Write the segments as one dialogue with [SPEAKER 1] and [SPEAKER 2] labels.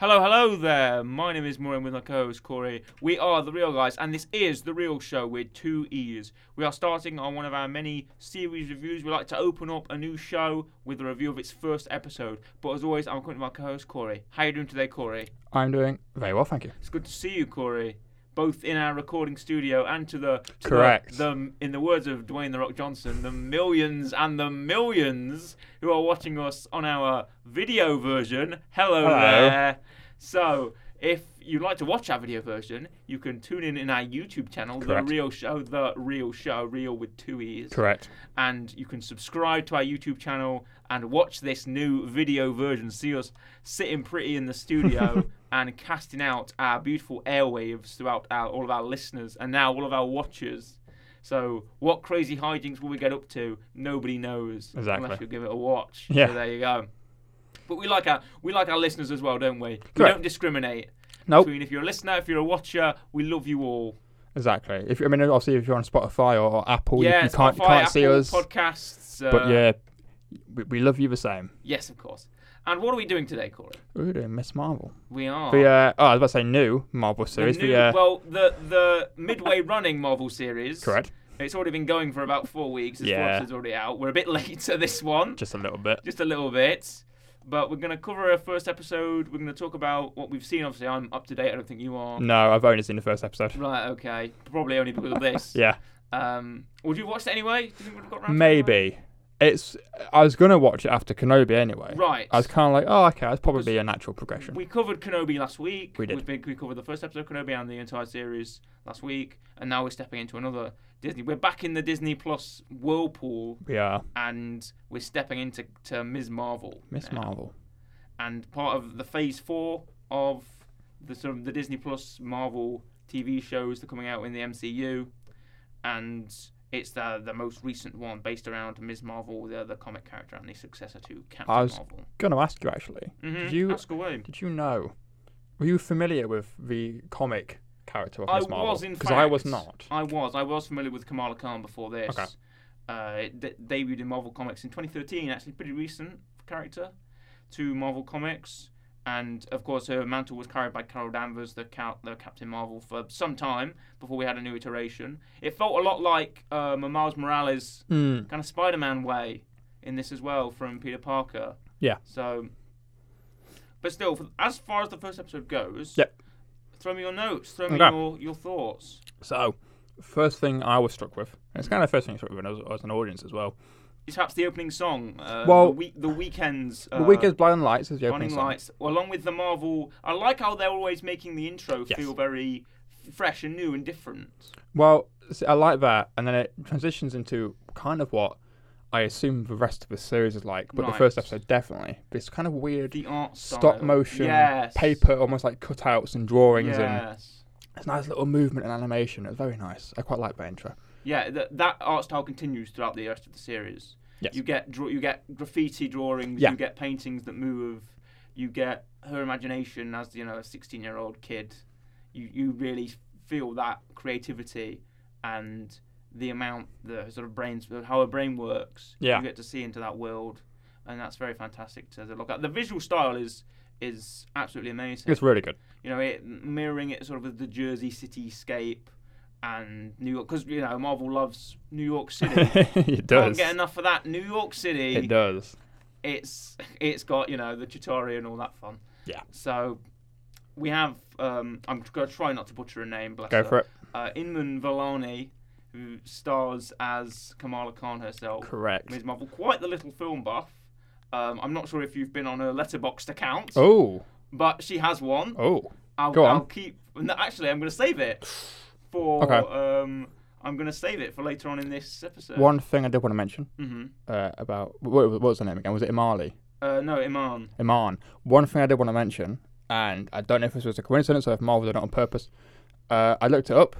[SPEAKER 1] Hello, hello there. My name is Maureen with my co host Corey. We are The Real Guys, and this is The Real Show with two E's. We are starting on one of our many series reviews. We like to open up a new show with a review of its first episode. But as always, I'm accompanied by my co host Corey. How you doing today, Corey?
[SPEAKER 2] I'm doing very well, thank you.
[SPEAKER 1] It's good to see you, Corey. Both in our recording studio and to the to the-
[SPEAKER 2] Correct.
[SPEAKER 1] The, in the words of Dwayne the Rock Johnson, the millions and the millions who are watching us on our video version. Hello,
[SPEAKER 2] Hello.
[SPEAKER 1] there. So, if you'd like to watch our video version, you can tune in in our YouTube channel,
[SPEAKER 2] Correct.
[SPEAKER 1] The Real Show, The Real Show, Real with two e's
[SPEAKER 2] Correct.
[SPEAKER 1] and you can subscribe to our YouTube channel and watch this new video version. See us sitting pretty in the studio and casting out our beautiful airwaves throughout our, all of our listeners and now all of our watchers. So, what crazy hijinks will we get up to? Nobody knows
[SPEAKER 2] Exactly.
[SPEAKER 1] unless you give it a watch.
[SPEAKER 2] Yeah.
[SPEAKER 1] So there you go. But we like our we like our listeners as well, don't we? We
[SPEAKER 2] Correct.
[SPEAKER 1] don't discriminate.
[SPEAKER 2] Nope.
[SPEAKER 1] Between if you're a listener, if you're a watcher, we love you all.
[SPEAKER 2] Exactly. If I mean, obviously, if you're on Spotify or, or Apple, you-
[SPEAKER 1] yeah,
[SPEAKER 2] you, can't you
[SPEAKER 1] Spotify,
[SPEAKER 2] can't see
[SPEAKER 1] Apple
[SPEAKER 2] us.
[SPEAKER 1] Podcasts. Uh,
[SPEAKER 2] but yeah, we, we love you the same.
[SPEAKER 1] Yes, of course. And what are we doing today, Corey?
[SPEAKER 2] We're doing Miss Marvel.
[SPEAKER 1] We are.
[SPEAKER 2] The uh, oh, I was about to say new Marvel
[SPEAKER 1] the
[SPEAKER 2] series. The,
[SPEAKER 1] new-
[SPEAKER 2] uh,
[SPEAKER 1] well, the the midway running Marvel series.
[SPEAKER 2] correct.
[SPEAKER 1] It's already been going for about four weeks. This
[SPEAKER 2] Yeah.
[SPEAKER 1] episode's already out. We're a bit late to this one,
[SPEAKER 2] Just a little bit.
[SPEAKER 1] just a little bit. But we're going to cover our first episode. We're going to talk about what we've seen. Obviously, I'm up to date. I don't think you are.
[SPEAKER 2] No, I've only seen the first episode.
[SPEAKER 1] Right, okay. Probably only because of this.
[SPEAKER 2] Yeah,
[SPEAKER 1] Um, would you watch it anyway? Do you think we've got around to it?
[SPEAKER 2] maybe. It's. I was gonna watch it after Kenobi anyway.
[SPEAKER 1] Right.
[SPEAKER 2] I was kind of like, oh, okay, that's probably a natural progression.
[SPEAKER 1] We covered Kenobi last week.
[SPEAKER 2] We did.
[SPEAKER 1] We, think we covered the first episode of Kenobi and the entire series last week, and now we're stepping into another Disney. We're back in the Disney Plus whirlpool,
[SPEAKER 2] We are
[SPEAKER 1] and we're stepping into to Ms. Marvel.
[SPEAKER 2] Miss
[SPEAKER 1] now.
[SPEAKER 2] Marvel.
[SPEAKER 1] And part of the Phase Four of the sort of the Disney Plus Marvel TV shows that are coming out in the MCU, and it's the the most recent one based around Ms. Marvel, the other comic character and the successor to Captain
[SPEAKER 2] I was-
[SPEAKER 1] Marvel.
[SPEAKER 2] Gonna ask you actually.
[SPEAKER 1] Mhm,
[SPEAKER 2] you-
[SPEAKER 1] ask away.
[SPEAKER 2] Did you know? Were you familiar with the comic character of
[SPEAKER 1] I
[SPEAKER 2] Miss Marvel?
[SPEAKER 1] was in fact.
[SPEAKER 2] Because I was not.
[SPEAKER 1] I was. I was familiar with Kamala Khan before this.
[SPEAKER 2] Okay.
[SPEAKER 1] Uh, it de- debuted in Marvel Comics in 2013. Actually, pretty recent character to Marvel Comics, and of course her mantle was carried by Carol Danvers, the, Cal- the Captain Marvel, for some time before we had a new iteration. It felt a lot like um, a Miles Morales
[SPEAKER 2] Mm,
[SPEAKER 1] kind of Spider-Man way in this as well from Peter Parker.
[SPEAKER 2] Yeah.
[SPEAKER 1] So, but still, for, as far as the first episode goes.
[SPEAKER 2] Yep.
[SPEAKER 1] Throw me your notes. Throw me
[SPEAKER 2] Okay.
[SPEAKER 1] your, your thoughts.
[SPEAKER 2] so, first thing I was struck with, and it's kind of the first thing I struck with when I was, I was an audience as well.
[SPEAKER 1] It's perhaps the opening song. Uh,
[SPEAKER 2] Well-
[SPEAKER 1] the, week, the weekends. Uh,
[SPEAKER 2] the weekend's blinding lights is the opening
[SPEAKER 1] Running
[SPEAKER 2] song.
[SPEAKER 1] lights, well, along with the Marvel. I like how they're always making the intro
[SPEAKER 2] Yes.
[SPEAKER 1] feel very f- fresh and new and different.
[SPEAKER 2] Well, see, I like that, and then it transitions into kind of what I assume the rest of the series is like, but the first
[SPEAKER 1] Right.
[SPEAKER 2] episode definitely. This kind of weird
[SPEAKER 1] The art style.
[SPEAKER 2] stop motion
[SPEAKER 1] yes.
[SPEAKER 2] paper, almost like cutouts and drawings, and
[SPEAKER 1] Yes.
[SPEAKER 2] it's nice little movement and animation. It's very nice. I quite like that intro.
[SPEAKER 1] Yeah, th- that art style continues throughout the rest of the series.
[SPEAKER 2] Yes.
[SPEAKER 1] You get draw- you get graffiti drawings,
[SPEAKER 2] Yeah.
[SPEAKER 1] you get paintings that move, you get her imagination as you know a 16-year-old kid. You you really feel that creativity and the amount the sort of brains how her brain works.
[SPEAKER 2] Yeah.
[SPEAKER 1] You get to see into that world and that's very fantastic to look at. The visual style is is absolutely amazing
[SPEAKER 2] It's really good.
[SPEAKER 1] you know, it mirroring it sort of with the Jersey cityscape and New York, because you know Marvel loves New York City.
[SPEAKER 2] it
[SPEAKER 1] Can't
[SPEAKER 2] does.
[SPEAKER 1] get enough of that New York City.
[SPEAKER 2] It does.
[SPEAKER 1] It's it's got you know the Chitauri and all that fun.
[SPEAKER 2] Yeah.
[SPEAKER 1] So we have. Um, I'm gonna try not to butcher a name. Bless
[SPEAKER 2] Go
[SPEAKER 1] her.
[SPEAKER 2] for it.
[SPEAKER 1] Uh, Inman Vellani, who stars as Kamala Khan herself.
[SPEAKER 2] Correct.
[SPEAKER 1] Ms. Marvel, quite the little film buff. Um, I'm not sure if you've been on her Letterboxd account,
[SPEAKER 2] Oh,
[SPEAKER 1] but she has one.
[SPEAKER 2] oh.
[SPEAKER 1] I'll,
[SPEAKER 2] Go on.
[SPEAKER 1] I'll keep. No, actually, I'm going to save it for.
[SPEAKER 2] Okay.
[SPEAKER 1] Um, I'm going to save it for later on in this episode.
[SPEAKER 2] One thing I did want to mention
[SPEAKER 1] hmm
[SPEAKER 2] uh, about what, what was her name again? Was it Imali?
[SPEAKER 1] Uh, no, Iman.
[SPEAKER 2] Iman. One thing I did want to mention, and I don't know if this was a coincidence or if Marvel did it on purpose. Uh, I looked it up.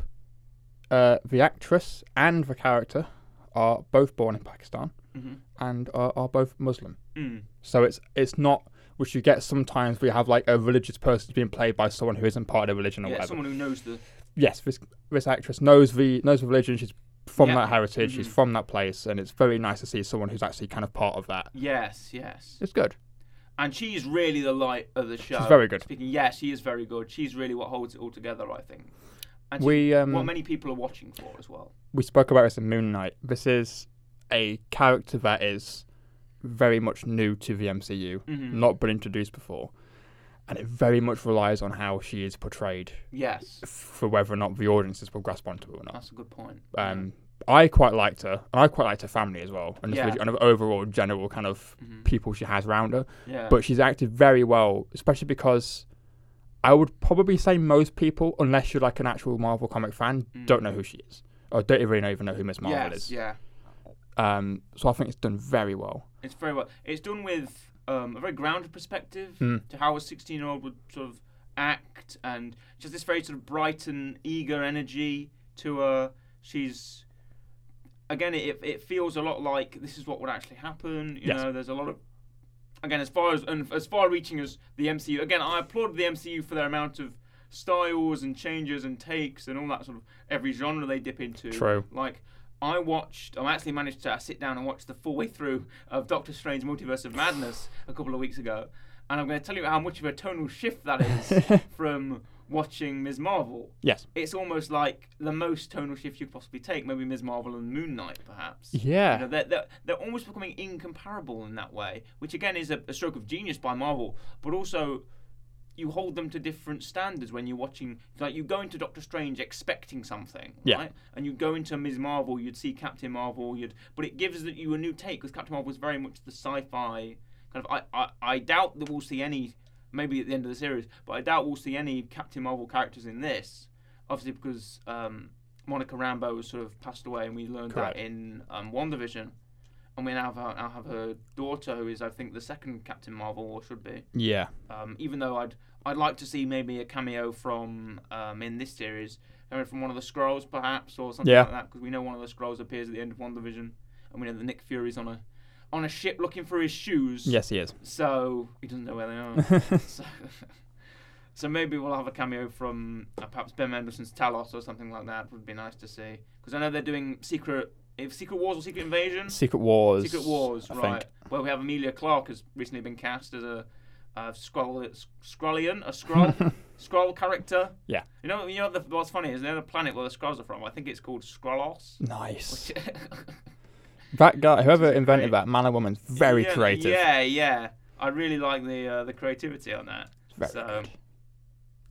[SPEAKER 2] Uh, the actress and the character are both born in Pakistan
[SPEAKER 1] hmm
[SPEAKER 2] and are, are both Muslim.
[SPEAKER 1] Mm.
[SPEAKER 2] So it's it's not which you get sometimes. We have like a religious person being played by someone who isn't part of the religion or
[SPEAKER 1] Yeah,
[SPEAKER 2] whatever.
[SPEAKER 1] someone who knows the.
[SPEAKER 2] yes, this this actress knows the knows the religion. She's from
[SPEAKER 1] Yeah. Mm-hmm.
[SPEAKER 2] that heritage. She's from that place, and it's very nice to see someone who's actually kind of part of that.
[SPEAKER 1] Yes, yes.
[SPEAKER 2] It's good.
[SPEAKER 1] and she's really the light of the show.
[SPEAKER 2] very good.
[SPEAKER 1] Speaking, yeah, she is very good. She's really what holds it all together, I think. And she's
[SPEAKER 2] We um,
[SPEAKER 1] what many people are watching for as well.
[SPEAKER 2] we spoke about this in Moon Knight. This is a character that is very much new to the MCU,
[SPEAKER 1] Mhm.
[SPEAKER 2] not been introduced before, and it very much relies on how she is portrayed
[SPEAKER 1] Yes,
[SPEAKER 2] for whether or not the audiences will grasp onto it or not.
[SPEAKER 1] that's a good point.
[SPEAKER 2] Um, I quite liked her, and I quite liked her family as well, and just
[SPEAKER 1] Yeah.
[SPEAKER 2] the kind of overall general kind of
[SPEAKER 1] Mhm.
[SPEAKER 2] people she has around her.
[SPEAKER 1] yeah,
[SPEAKER 2] But she's acted very well, especially because I would probably say most people, unless you're like an actual Marvel comic fan, don't know who she is, or don't even even know who Miss Marvel
[SPEAKER 1] Mm. yes,
[SPEAKER 2] is.
[SPEAKER 1] yeah.
[SPEAKER 2] Um, so I think it's done very well.
[SPEAKER 1] It's very well. It's done with um, a very grounded perspective
[SPEAKER 2] Mm.
[SPEAKER 1] to how a 16 year old would sort of act, and just this very sort of bright and eager energy to her. She's again, it it feels a lot like this is what would actually happen. You
[SPEAKER 2] Yes.
[SPEAKER 1] know, there's a lot of again as far as and as far reaching as the MCU. Again, I applaud the MCU for their amount of styles and changes and takes and all that sort of every genre they dip into.
[SPEAKER 2] True.
[SPEAKER 1] Like I watched, I actually managed to sit down and watch the full way through of Doctor Strange Multiverse of Madness a couple of weeks ago, and I'm going to tell you how much of a tonal shift that is from watching Ms. Marvel.
[SPEAKER 2] Yes.
[SPEAKER 1] It's almost like the most tonal shift you could possibly take, maybe Ms. Marvel and Moon Knight, perhaps. You know,
[SPEAKER 2] Yeah.
[SPEAKER 1] they're, they're, they're almost becoming incomparable in that way, which again is a, a stroke of genius by Marvel, but also you hold them to different standards when you're watching. Like you go into Doctor Strange expecting something,
[SPEAKER 2] Yeah.
[SPEAKER 1] right? And you go into Ms. Marvel, you'd see Captain Marvel, you'd, but it gives that you a new take because Captain Marvel is very much the sci-fi kind of. I, I, I doubt that we'll see any, maybe at the end of the series, but I doubt we'll see any Captain Marvel characters in this, obviously because. Um, Monica Rambo has sort of passed away, and we learned
[SPEAKER 2] Correct.
[SPEAKER 1] that in um, WandaVision. And we now have, her, now have her daughter, who is, I think, the second Captain Marvel, or should be.
[SPEAKER 2] Yeah.
[SPEAKER 1] Um, even though I'd I'd like to see maybe a cameo from um, in this series, I mean, from one of the scrolls perhaps, or something
[SPEAKER 2] Yeah.
[SPEAKER 1] like that, because we know one of the scrolls appears at the end of WandaVision, and we know that Nick Fury's on a on a ship looking for his shoes.
[SPEAKER 2] Yes, he is.
[SPEAKER 1] So he doesn't know where they are. so, so maybe we'll have a cameo from uh, perhaps Ben Mendelsohn's Talos or something like that. Would be nice to see because I know they're doing secret, if Secret Wars or Secret Invasion,
[SPEAKER 2] Secret Wars.
[SPEAKER 1] Secret Wars,
[SPEAKER 2] I
[SPEAKER 1] right?
[SPEAKER 2] Think.
[SPEAKER 1] Where we have Amelia Clark has recently been cast as a uh, Skrull, Skrullian, a Skrull, Skrull character.
[SPEAKER 2] Yeah.
[SPEAKER 1] You know, you know what the, what's funny is the planet where the Skrulls are from. I think it's called Skrullos.
[SPEAKER 2] Nice. That guy, whoever invented that, man and woman's very
[SPEAKER 1] Yeah,
[SPEAKER 2] creative.
[SPEAKER 1] Yeah, yeah. I really like the uh, the creativity on that.
[SPEAKER 2] Very
[SPEAKER 1] so,
[SPEAKER 2] good.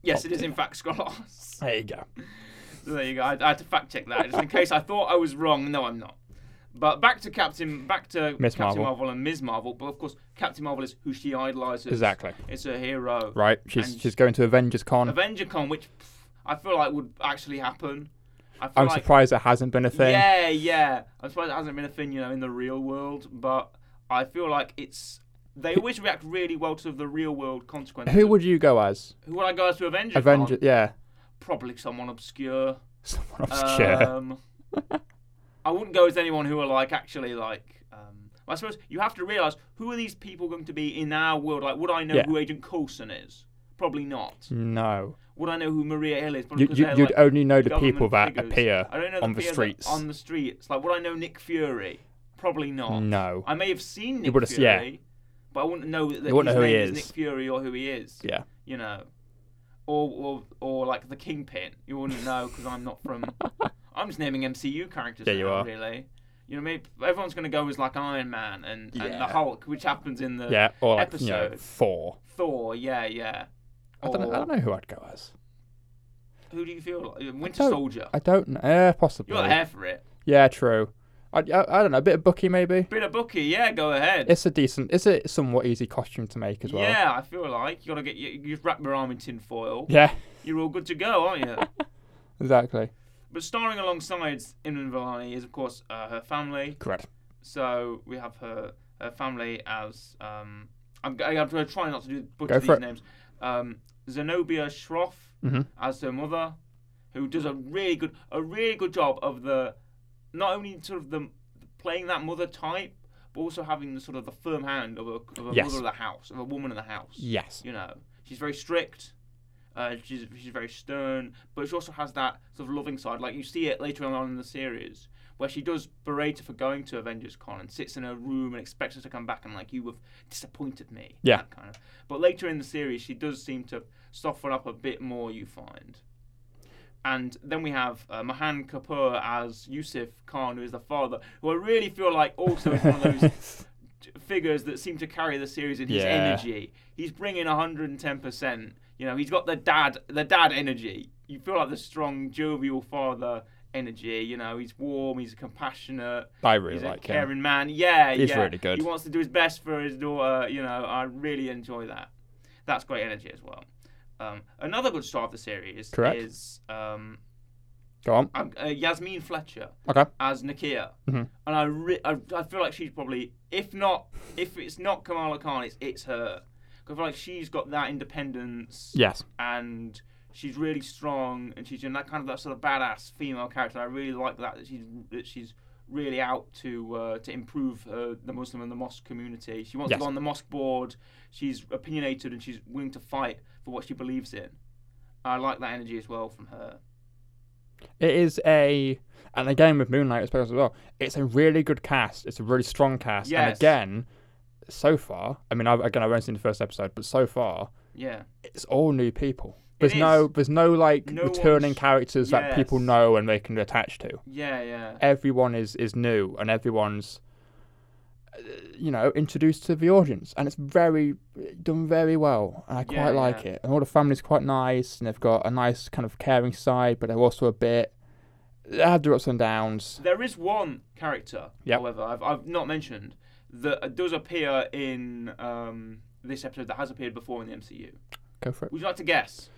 [SPEAKER 1] Yes,
[SPEAKER 2] Top
[SPEAKER 1] it is
[SPEAKER 2] tier.
[SPEAKER 1] in fact Skrullos.
[SPEAKER 2] There you go.
[SPEAKER 1] So there you go. I, I had to fact check that just in case I thought I was wrong. No, I'm not. But back to Captain, back to
[SPEAKER 2] Miss
[SPEAKER 1] Captain
[SPEAKER 2] Marvel.
[SPEAKER 1] and Ms. Marvel. But of course, Captain Marvel is who she idolizes.
[SPEAKER 2] Exactly.
[SPEAKER 1] It's her hero.
[SPEAKER 2] Right. She's
[SPEAKER 1] And-
[SPEAKER 2] she's going to Avengers Con.
[SPEAKER 1] Avenger Con, which pff, I feel like would actually happen. I feel
[SPEAKER 2] I'm
[SPEAKER 1] like,
[SPEAKER 2] surprised it hasn't been a thing.
[SPEAKER 1] Yeah, yeah. I'm surprised it hasn't been a thing, you know, in the real world. But I feel like it's. They always react really well to the real world consequences.
[SPEAKER 2] Who would you go as?
[SPEAKER 1] Who would I go as to Avenger?
[SPEAKER 2] Avenger.
[SPEAKER 1] Con?
[SPEAKER 2] Yeah.
[SPEAKER 1] Probably someone obscure.
[SPEAKER 2] Someone obscure.
[SPEAKER 1] Um, I wouldn't go as anyone who are like actually like. Um, I suppose you have to realize who are these people going to be in our world. Like, would I know
[SPEAKER 2] Yeah.
[SPEAKER 1] who Agent Coulson is? Probably not.
[SPEAKER 2] no.
[SPEAKER 1] Would I know who Maria Hill is? Probably
[SPEAKER 2] You,
[SPEAKER 1] 'cause
[SPEAKER 2] you,
[SPEAKER 1] they're,
[SPEAKER 2] you'd
[SPEAKER 1] like,
[SPEAKER 2] only know the
[SPEAKER 1] government
[SPEAKER 2] people that
[SPEAKER 1] figures.
[SPEAKER 2] appear
[SPEAKER 1] I don't know
[SPEAKER 2] on the
[SPEAKER 1] people that-
[SPEAKER 2] streets.
[SPEAKER 1] On the streets, like would I know Nick Fury? Probably uh, not.
[SPEAKER 2] No.
[SPEAKER 1] I may have seen Nick
[SPEAKER 2] would've-
[SPEAKER 1] Fury,
[SPEAKER 2] yeah.
[SPEAKER 1] but I wouldn't know that
[SPEAKER 2] You
[SPEAKER 1] his
[SPEAKER 2] wouldn't know who he
[SPEAKER 1] name is.
[SPEAKER 2] is.
[SPEAKER 1] Nick Fury or who he is.
[SPEAKER 2] Yeah.
[SPEAKER 1] You know, or or or like the Kingpin. You wouldn't know because I'm not from. I'm just naming MCU characters.
[SPEAKER 2] Yeah, you
[SPEAKER 1] now,
[SPEAKER 2] are.
[SPEAKER 1] Really. You know, maybe everyone's going to go as like Iron Man and, and the
[SPEAKER 2] Yeah.
[SPEAKER 1] Hulk, which happens in the
[SPEAKER 2] Yeah. Or like you know
[SPEAKER 1] episode.
[SPEAKER 2] Thor.
[SPEAKER 1] Thor. Yeah, yeah.
[SPEAKER 2] I don't, know, I
[SPEAKER 1] Or-
[SPEAKER 2] don't know who I'd go as.
[SPEAKER 1] Who do you feel like? Winter
[SPEAKER 2] don't-
[SPEAKER 1] Soldier.
[SPEAKER 2] I don't know. Eh, possibly.
[SPEAKER 1] You got hair for it.
[SPEAKER 2] Yeah, true. I, I, I don't know. A bit of Bucky, maybe.
[SPEAKER 1] Bit of Bucky, yeah, go ahead.
[SPEAKER 2] It's a decent. It's a somewhat easy costume to make as well.
[SPEAKER 1] Yeah, I feel like you gotta get you, you wrap your arm in tin foil.
[SPEAKER 2] Yeah,
[SPEAKER 1] You're all good to go, aren't you?
[SPEAKER 2] Exactly.
[SPEAKER 1] but starring alongside Imran Vellani is of course uh, her family.
[SPEAKER 2] Correct.
[SPEAKER 1] So we have her her family as um, I'm, g- I'm gonna try not to do butcher
[SPEAKER 2] Go
[SPEAKER 1] these
[SPEAKER 2] for it.
[SPEAKER 1] names. Um, Zenobia Shroff
[SPEAKER 2] Mm-hmm.
[SPEAKER 1] as her mother, who does a really good a really good job of the not only sort of the playing that mother type, but also having the sort of the firm hand of a, of a
[SPEAKER 2] Yes.
[SPEAKER 1] mother of the house, of a woman of the house.
[SPEAKER 2] Yes.
[SPEAKER 1] You know, she's very strict. Uh, she's she's very stern, but she also has that sort of loving side. Like you see it later on in the series where she does berate her for going to Avengers Con and sits in her room and expects her to come back and like you have disappointed me.
[SPEAKER 2] Yeah.
[SPEAKER 1] that kind of. But later in the series, she does seem to soften up a bit more. You find. And then we have uh, Mahan Kapoor as Yusuf Khan, who is the father, who I really feel like also is one of those figures that seem to carry the series in his
[SPEAKER 2] Yeah.
[SPEAKER 1] energy. He's bringing 110%. You know, he's got the dad, the dad energy. You feel like the strong, jovial father energy. You know, he's warm, he's compassionate,
[SPEAKER 2] I really
[SPEAKER 1] he's a
[SPEAKER 2] like him.
[SPEAKER 1] caring man. Yeah,
[SPEAKER 2] He's
[SPEAKER 1] yeah.
[SPEAKER 2] really good.
[SPEAKER 1] He wants to do his best for his daughter. You know, I really enjoy that. That's great energy as well. Um, another good star of the series
[SPEAKER 2] Correct.
[SPEAKER 1] is um,
[SPEAKER 2] Go on.
[SPEAKER 1] um, uh, Yasmin Fletcher
[SPEAKER 2] Okay.
[SPEAKER 1] as Nakia,
[SPEAKER 2] Mhm.
[SPEAKER 1] and I, re- I I feel like she's probably if not if it's not Kamala Khan, it's it's her. 'Cause I feel like she's got that independence
[SPEAKER 2] Yes.
[SPEAKER 1] and she's really strong and she's in that kind of that sort of badass female character. I really like that that she's that she's really out to uh, to improve uh, the Muslim and the mosque community. She wants
[SPEAKER 2] Yes.
[SPEAKER 1] to go on the mosque board. She's opinionated and she's willing to fight for what she believes in. I like that energy as well from her.
[SPEAKER 2] It is a, and again with Moonlight as well as well. It's a really good cast. It's a really strong cast. And
[SPEAKER 1] Yes.
[SPEAKER 2] again, so far, I mean, I, again, I've only seen the first episode, but so far,
[SPEAKER 1] Yeah.
[SPEAKER 2] it's all new people. There's
[SPEAKER 1] is.
[SPEAKER 2] no, there's no like
[SPEAKER 1] No
[SPEAKER 2] returning
[SPEAKER 1] one's-
[SPEAKER 2] characters that people
[SPEAKER 1] Yes.
[SPEAKER 2] know and they can attach to.
[SPEAKER 1] Yeah, yeah.
[SPEAKER 2] Everyone is is new and everyone's, uh, you know, introduced to the audience, and it's very done very well. And I quite
[SPEAKER 1] Yeah,
[SPEAKER 2] like
[SPEAKER 1] yeah.
[SPEAKER 2] it. And all the family's quite nice, and they've got a nice kind of caring side, but they're also a bit. They have their ups and downs.
[SPEAKER 1] There is one character,
[SPEAKER 2] Yep.
[SPEAKER 1] however, I've, I've not mentioned that uh, does appear in um, this episode that has appeared before in the MCU.
[SPEAKER 2] Go for it.
[SPEAKER 1] Would you like to guess?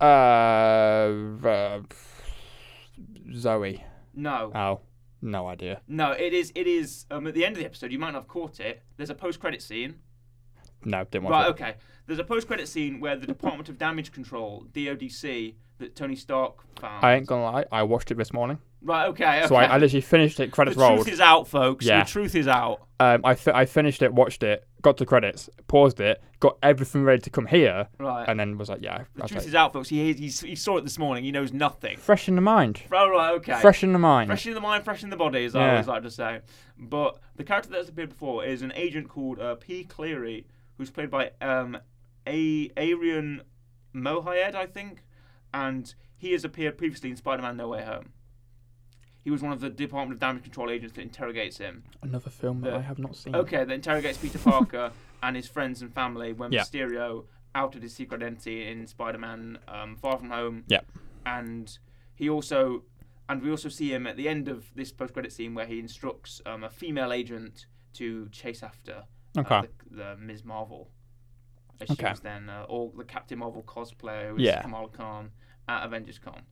[SPEAKER 2] Uh, uh Zoe.
[SPEAKER 1] No,
[SPEAKER 2] Oh, no idea.
[SPEAKER 1] no. It is. It is. Um, at the end of the episode, you might not have caught it. There's a post-credit scene.
[SPEAKER 2] No, didn't
[SPEAKER 1] Right.
[SPEAKER 2] watch
[SPEAKER 1] Okay. There's a post-credit scene where the Department of Damage Control (DoDC) that Tony Stark found.
[SPEAKER 2] it. I ain't gonna lie. I watched it this morning,
[SPEAKER 1] Right. Okay. okay.
[SPEAKER 2] so I, I literally finished it.
[SPEAKER 1] the
[SPEAKER 2] Credits rolled.
[SPEAKER 1] truth is out, folks.
[SPEAKER 2] Yeah.
[SPEAKER 1] The truth is out.
[SPEAKER 2] um, I fi- I finished it, watched it, got to credits, paused it, got everything ready to come here,
[SPEAKER 1] Right.
[SPEAKER 2] and then was like, yeah,
[SPEAKER 1] the
[SPEAKER 2] I'll
[SPEAKER 1] truth
[SPEAKER 2] take.
[SPEAKER 1] is out, folks. He, he he saw it this morning. He knows nothing.
[SPEAKER 2] Fresh in the mind.
[SPEAKER 1] Oh, right. Okay.
[SPEAKER 2] Fresh in the mind.
[SPEAKER 1] Fresh in the mind, fresh in the body, as I
[SPEAKER 2] Yeah.
[SPEAKER 1] always like to say. But the character that's appeared before is an agent called uh, P. Cleary, who's played by um, a- Arian Mohayed, I think, and he has appeared previously in Spider-Man: No Way Home. He was one of the Department of Damage Control agents that interrogates him.
[SPEAKER 2] Another film that
[SPEAKER 1] Yeah.
[SPEAKER 2] I have not seen.
[SPEAKER 1] Okay, that interrogates Peter Parker and his friends and family when
[SPEAKER 2] Yeah.
[SPEAKER 1] Mysterio outed his secret identity in Spider-Man: um, Far From Home.
[SPEAKER 2] Yeah.
[SPEAKER 1] and he also, and we also see him at the end of this post-credit scene where he instructs um, a female agent to chase after uh,
[SPEAKER 2] Okay.
[SPEAKER 1] the, the Ms. Marvel. As she
[SPEAKER 2] Okay.
[SPEAKER 1] was then, uh, or the Captain Marvel cosplayer, who is
[SPEAKER 2] Yeah.
[SPEAKER 1] Kamala Khan at Avengers Con.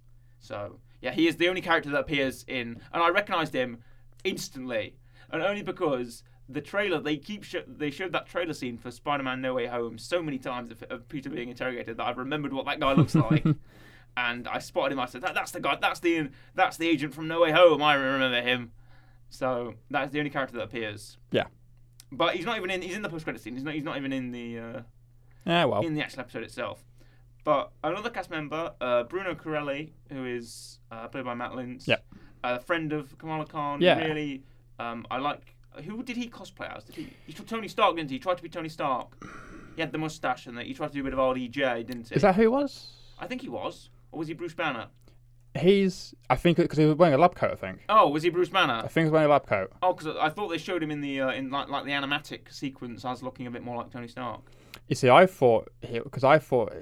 [SPEAKER 1] So yeah, he is the only character that appears in, and I recognised him instantly, and only because the trailer they keep sho- they showed that trailer scene for Spider-Man: No Way Home so many times of, of Peter being interrogated that I've remembered what that guy looks like, and I spotted him. I said, that, "That's the guy. That's the that's the agent from No Way Home. I remember him." So that's the only character that appears.
[SPEAKER 2] Yeah.
[SPEAKER 1] But he's not even in. He's in the post-credit scene. He's not. He's not even in the. Uh,
[SPEAKER 2] Yeah, well,
[SPEAKER 1] in the actual episode itself. But another cast member, uh, Bruno Corelli, who is uh, played by Matt Lintz,
[SPEAKER 2] Yep.
[SPEAKER 1] a friend of Kamala Khan.
[SPEAKER 2] Yeah.
[SPEAKER 1] Really, um, I like. Who did he cosplay as? Did he? He took Tony Stark, didn't he? He tried to be Tony Stark. He had the mustache and that. He tried to do a bit of RDJ, didn't he?
[SPEAKER 2] is that who it was?
[SPEAKER 1] I think he was. Or was he Bruce Banner?
[SPEAKER 2] He's, I think, because he was wearing a lab coat. I think.
[SPEAKER 1] Oh, was he Bruce
[SPEAKER 2] I
[SPEAKER 1] Banner?
[SPEAKER 2] think he was wearing a lab coat.
[SPEAKER 1] Oh, because I thought they showed him in the uh, in like, like the animatic sequence as looking a bit more like Tony Stark.
[SPEAKER 2] You see, I thought he, because I thought,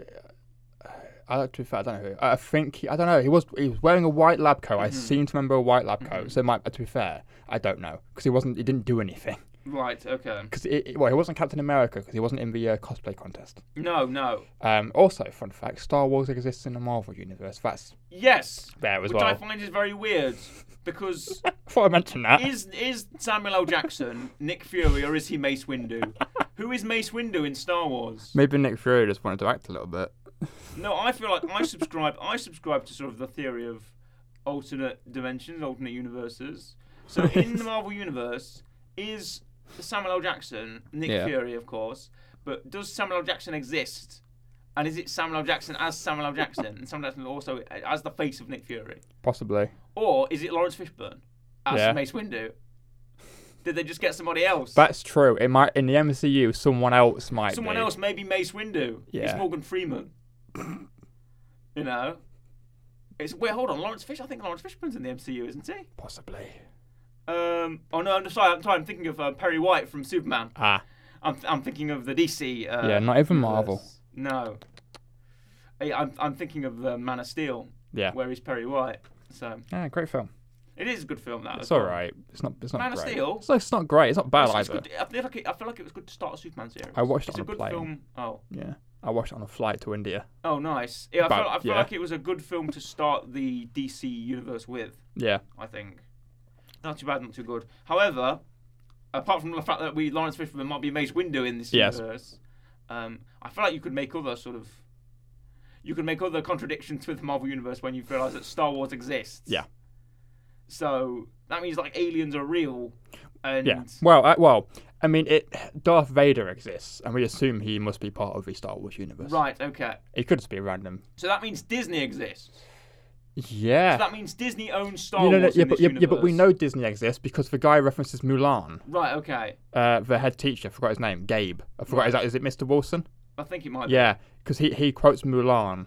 [SPEAKER 2] uh, I to be fair, I don't know who. I think he, I don't know. He was he was wearing a white lab coat.
[SPEAKER 1] Mm-hmm.
[SPEAKER 2] I seem to remember a white lab coat. So it might, to be fair, I don't know because he wasn't. He didn't do anything.
[SPEAKER 1] Right. Okay.
[SPEAKER 2] Because well, he wasn't Captain America because he wasn't in the uh, cosplay contest.
[SPEAKER 1] No. No.
[SPEAKER 2] Um, also, fun fact: Star Wars exists in the Marvel universe. That's
[SPEAKER 1] Yes.
[SPEAKER 2] there as
[SPEAKER 1] Which
[SPEAKER 2] well.
[SPEAKER 1] I find is very weird because
[SPEAKER 2] thought I mentioned that.
[SPEAKER 1] is is Samuel L. Jackson Nick Fury or is he Mace Windu? Who is Mace Windu in Star Wars?
[SPEAKER 2] Maybe Nick Fury just wanted to act a little bit.
[SPEAKER 1] No, I feel like I subscribe. I subscribe to sort of the theory of alternate dimensions, alternate universes. So in the Marvel universe, is Samuel L. Jackson Nick
[SPEAKER 2] Yeah.
[SPEAKER 1] Fury, of course, but does Samuel L. Jackson exist? And is it Samuel L. Jackson as Samuel L. Jackson, and Samuel L. Jackson also as the face of Nick Fury,
[SPEAKER 2] Possibly.
[SPEAKER 1] or is it Lawrence Fishburne? as
[SPEAKER 2] Yeah.
[SPEAKER 1] Mace Windu? Did they just get somebody else?
[SPEAKER 2] That's true. It might in the MCU, someone else might.
[SPEAKER 1] Someone
[SPEAKER 2] be.
[SPEAKER 1] else, maybe Mace Windu. It's
[SPEAKER 2] Yeah.
[SPEAKER 1] Morgan Freeman. you know? It's wait, hold on, Lawrence Fish. I think Lawrence Fishburne's in the MCU, isn't he?
[SPEAKER 2] possibly.
[SPEAKER 1] Um, oh no, I'm sorry. I'm, sorry, I'm thinking of uh, Perry White from Superman.
[SPEAKER 2] Ah,
[SPEAKER 1] I'm, I'm thinking of the DC. Uh,
[SPEAKER 2] yeah, not even Marvel.
[SPEAKER 1] universe. No. I- I'm, I'm thinking of the Man of Steel.
[SPEAKER 2] Yeah.
[SPEAKER 1] Where is Perry White? So
[SPEAKER 2] Yeah, great film.
[SPEAKER 1] it is a good film. That
[SPEAKER 2] It's
[SPEAKER 1] as well.
[SPEAKER 2] all right. It's not. It's not
[SPEAKER 1] Man of
[SPEAKER 2] great.
[SPEAKER 1] Steel?
[SPEAKER 2] It's, not- it's not great. It's not bad
[SPEAKER 1] It's- it's
[SPEAKER 2] either.
[SPEAKER 1] good- I feel like it, I feel like it was good to start a Superman series.
[SPEAKER 2] I watched it
[SPEAKER 1] it's
[SPEAKER 2] on
[SPEAKER 1] a
[SPEAKER 2] a
[SPEAKER 1] good
[SPEAKER 2] plane.
[SPEAKER 1] film. Oh,
[SPEAKER 2] Yeah, I watched it on a flight to India.
[SPEAKER 1] oh, nice. Yeah, I
[SPEAKER 2] But,
[SPEAKER 1] feel, I feel
[SPEAKER 2] yeah.
[SPEAKER 1] like it was a good film to start the DC universe with.
[SPEAKER 2] Yeah,
[SPEAKER 1] I think. Not too bad, not too good. However, apart from the fact that we Lawrence Fishburne might be Mace Windu in this
[SPEAKER 2] Yes.
[SPEAKER 1] universe, um, I feel like you could make other sort of you could make other contradictions with the Marvel universe when you realise that Star Wars exists.
[SPEAKER 2] Yeah.
[SPEAKER 1] So that means like aliens are real, and
[SPEAKER 2] yeah. Well, I, well, I mean, it. Darth Vader exists, and we assume he must be part of the Star Wars universe.
[SPEAKER 1] right, okay.
[SPEAKER 2] It could just be random.
[SPEAKER 1] So that means Disney exists.
[SPEAKER 2] Yeah.
[SPEAKER 1] So that means Disney owns Star
[SPEAKER 2] You know,
[SPEAKER 1] Wars.
[SPEAKER 2] yeah,
[SPEAKER 1] in
[SPEAKER 2] but
[SPEAKER 1] this
[SPEAKER 2] yeah, yeah, but we
[SPEAKER 1] universe.
[SPEAKER 2] know Disney exists because the guy references Mulan.
[SPEAKER 1] Right, okay.
[SPEAKER 2] Uh, the head teacher, I forgot his name, Gabe. I forgot is that is it Mr. Wilson?
[SPEAKER 1] I think it might. be.
[SPEAKER 2] Yeah, because he he quotes Mulan.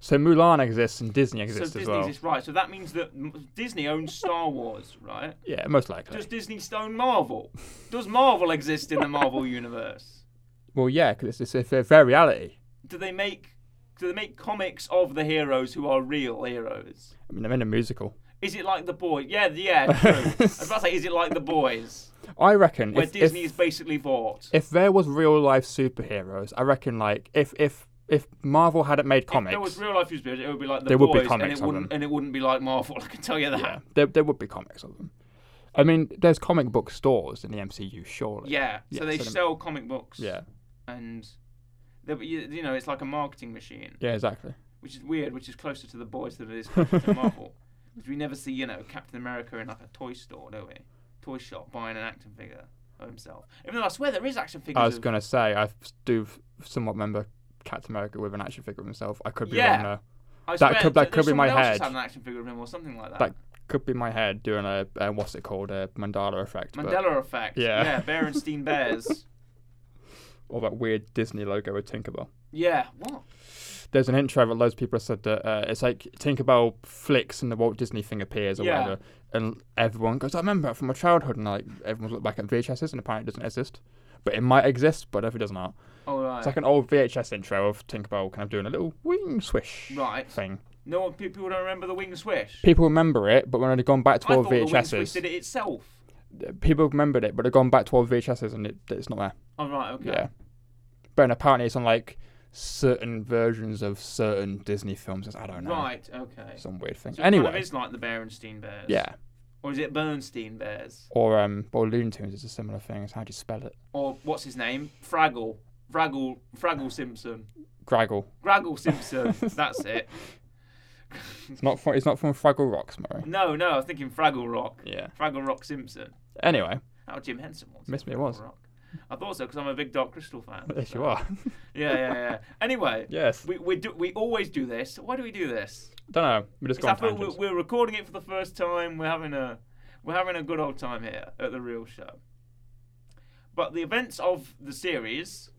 [SPEAKER 2] So Mulan exists and Disney
[SPEAKER 1] So
[SPEAKER 2] exists as
[SPEAKER 1] Disney
[SPEAKER 2] well.
[SPEAKER 1] exists, right? So that means that m- Disney owns Star Wars, right?
[SPEAKER 2] Yeah, most likely.
[SPEAKER 1] Does Disney own Marvel? Does Marvel exist in the Marvel universe?
[SPEAKER 2] Well, yeah, because it's, it's, it's their reality.
[SPEAKER 1] Do they make do they make comics of the heroes who are real heroes?
[SPEAKER 2] I mean, they're in a musical.
[SPEAKER 1] Is it like the boys? Yeah, yeah, true. I was about to say, is it like the boys,
[SPEAKER 2] I reckon
[SPEAKER 1] where
[SPEAKER 2] if,
[SPEAKER 1] Disney
[SPEAKER 2] if,
[SPEAKER 1] is basically bought?
[SPEAKER 2] if there was real life superheroes, I reckon like if if if Marvel hadn't made
[SPEAKER 1] If
[SPEAKER 2] comics,
[SPEAKER 1] there was real life superheroes, it would be like the
[SPEAKER 2] There would
[SPEAKER 1] boys,
[SPEAKER 2] be
[SPEAKER 1] and
[SPEAKER 2] comics
[SPEAKER 1] it
[SPEAKER 2] of
[SPEAKER 1] wouldn't
[SPEAKER 2] them.
[SPEAKER 1] and it wouldn't be like Marvel. I can tell you that.
[SPEAKER 2] yeah, there there would be comics of them. I mean, there's comic book stores in the MCU, surely.
[SPEAKER 1] Yeah,
[SPEAKER 2] Yeah,
[SPEAKER 1] so they
[SPEAKER 2] so then-
[SPEAKER 1] sell comic books.
[SPEAKER 2] Yeah.
[SPEAKER 1] and they- you you know it's like a marketing machine.
[SPEAKER 2] Yeah. Exactly.
[SPEAKER 1] which is weird, which is closer to the boys than it is closer to Marvel. Because we never see, you know, Captain America in like a toy store, do we? Toy shop buying an action figure of himself. Even though I swear there is action figures.
[SPEAKER 2] I was
[SPEAKER 1] of-
[SPEAKER 2] gonna say I do somewhat remember Captain America with an action figure of himself. I could be
[SPEAKER 1] Yeah.
[SPEAKER 2] wrong. though.
[SPEAKER 1] I
[SPEAKER 2] that
[SPEAKER 1] swear
[SPEAKER 2] could- that
[SPEAKER 1] there's
[SPEAKER 2] could be my
[SPEAKER 1] someone else
[SPEAKER 2] head.
[SPEAKER 1] that's had an action figure of him or something like that.
[SPEAKER 2] That could be my head doing a uh, what's it called a Mandela effect. but-
[SPEAKER 1] Mandela effect.
[SPEAKER 2] Yeah.
[SPEAKER 1] Yeah. Berenstein Bears.
[SPEAKER 2] or that weird Disney logo with Tinkerbell.
[SPEAKER 1] yeah. What?
[SPEAKER 2] There's an intro that loads of people have said that uh, it's like Tinkerbell flicks and the Walt Disney thing appears or
[SPEAKER 1] Yeah.
[SPEAKER 2] whatever, and everyone goes, "I remember that from my childhood," and like everyone's looked back at VHSs and apparently it doesn't exist. But it might exist, but if it does not,
[SPEAKER 1] All Oh, right.
[SPEAKER 2] it's like an old VHS intro of Tinkerbell kind of doing a little wing swish
[SPEAKER 1] Right.
[SPEAKER 2] thing.
[SPEAKER 1] No one, pe- people don't remember the wing swish.
[SPEAKER 2] People remember it, but when they've gone back to
[SPEAKER 1] I
[SPEAKER 2] all
[SPEAKER 1] thought the wing swish
[SPEAKER 2] VHSs,
[SPEAKER 1] did it itself.
[SPEAKER 2] people remembered it, but they've gone back to all VHSs and it, it's not there.
[SPEAKER 1] Oh right. Okay.
[SPEAKER 2] Yeah. But then apparently it's on like certain versions of certain Disney films. I don't know.
[SPEAKER 1] Right. Okay.
[SPEAKER 2] Some weird thing.
[SPEAKER 1] So it
[SPEAKER 2] anyway.
[SPEAKER 1] kind of is like the Berenstein Bears.
[SPEAKER 2] yeah.
[SPEAKER 1] Or is it Bernstein Bears?
[SPEAKER 2] Or um or Looney Tunes is a similar thing. It's how do you spell it?
[SPEAKER 1] or what's his name? Fraggle. Fraggle Fraggle Simpson.
[SPEAKER 2] Graggle.
[SPEAKER 1] Graggle Simpson. That's it.
[SPEAKER 2] It's not from it's not from Fraggle Rocks, Murray.
[SPEAKER 1] No, no, I was thinking Fraggle Rock.
[SPEAKER 2] Yeah.
[SPEAKER 1] Fraggle Rock Simpson.
[SPEAKER 2] Anyway,
[SPEAKER 1] How Jim Henson was.
[SPEAKER 2] Miss me
[SPEAKER 1] Fraggle
[SPEAKER 2] was.
[SPEAKER 1] Rock. I thought so because I'm a big Dark Crystal fan.
[SPEAKER 2] yes
[SPEAKER 1] so-
[SPEAKER 2] you are.
[SPEAKER 1] Yeah, yeah, yeah. Anyway,
[SPEAKER 2] yes.
[SPEAKER 1] we we do we always do this. Why do we do this?
[SPEAKER 2] Don't know. We just
[SPEAKER 1] It's
[SPEAKER 2] go on
[SPEAKER 1] like we're,
[SPEAKER 2] tangents.
[SPEAKER 1] we're recording it for the first time. We're having a we're having a good old time here at the real show. But the events of the series,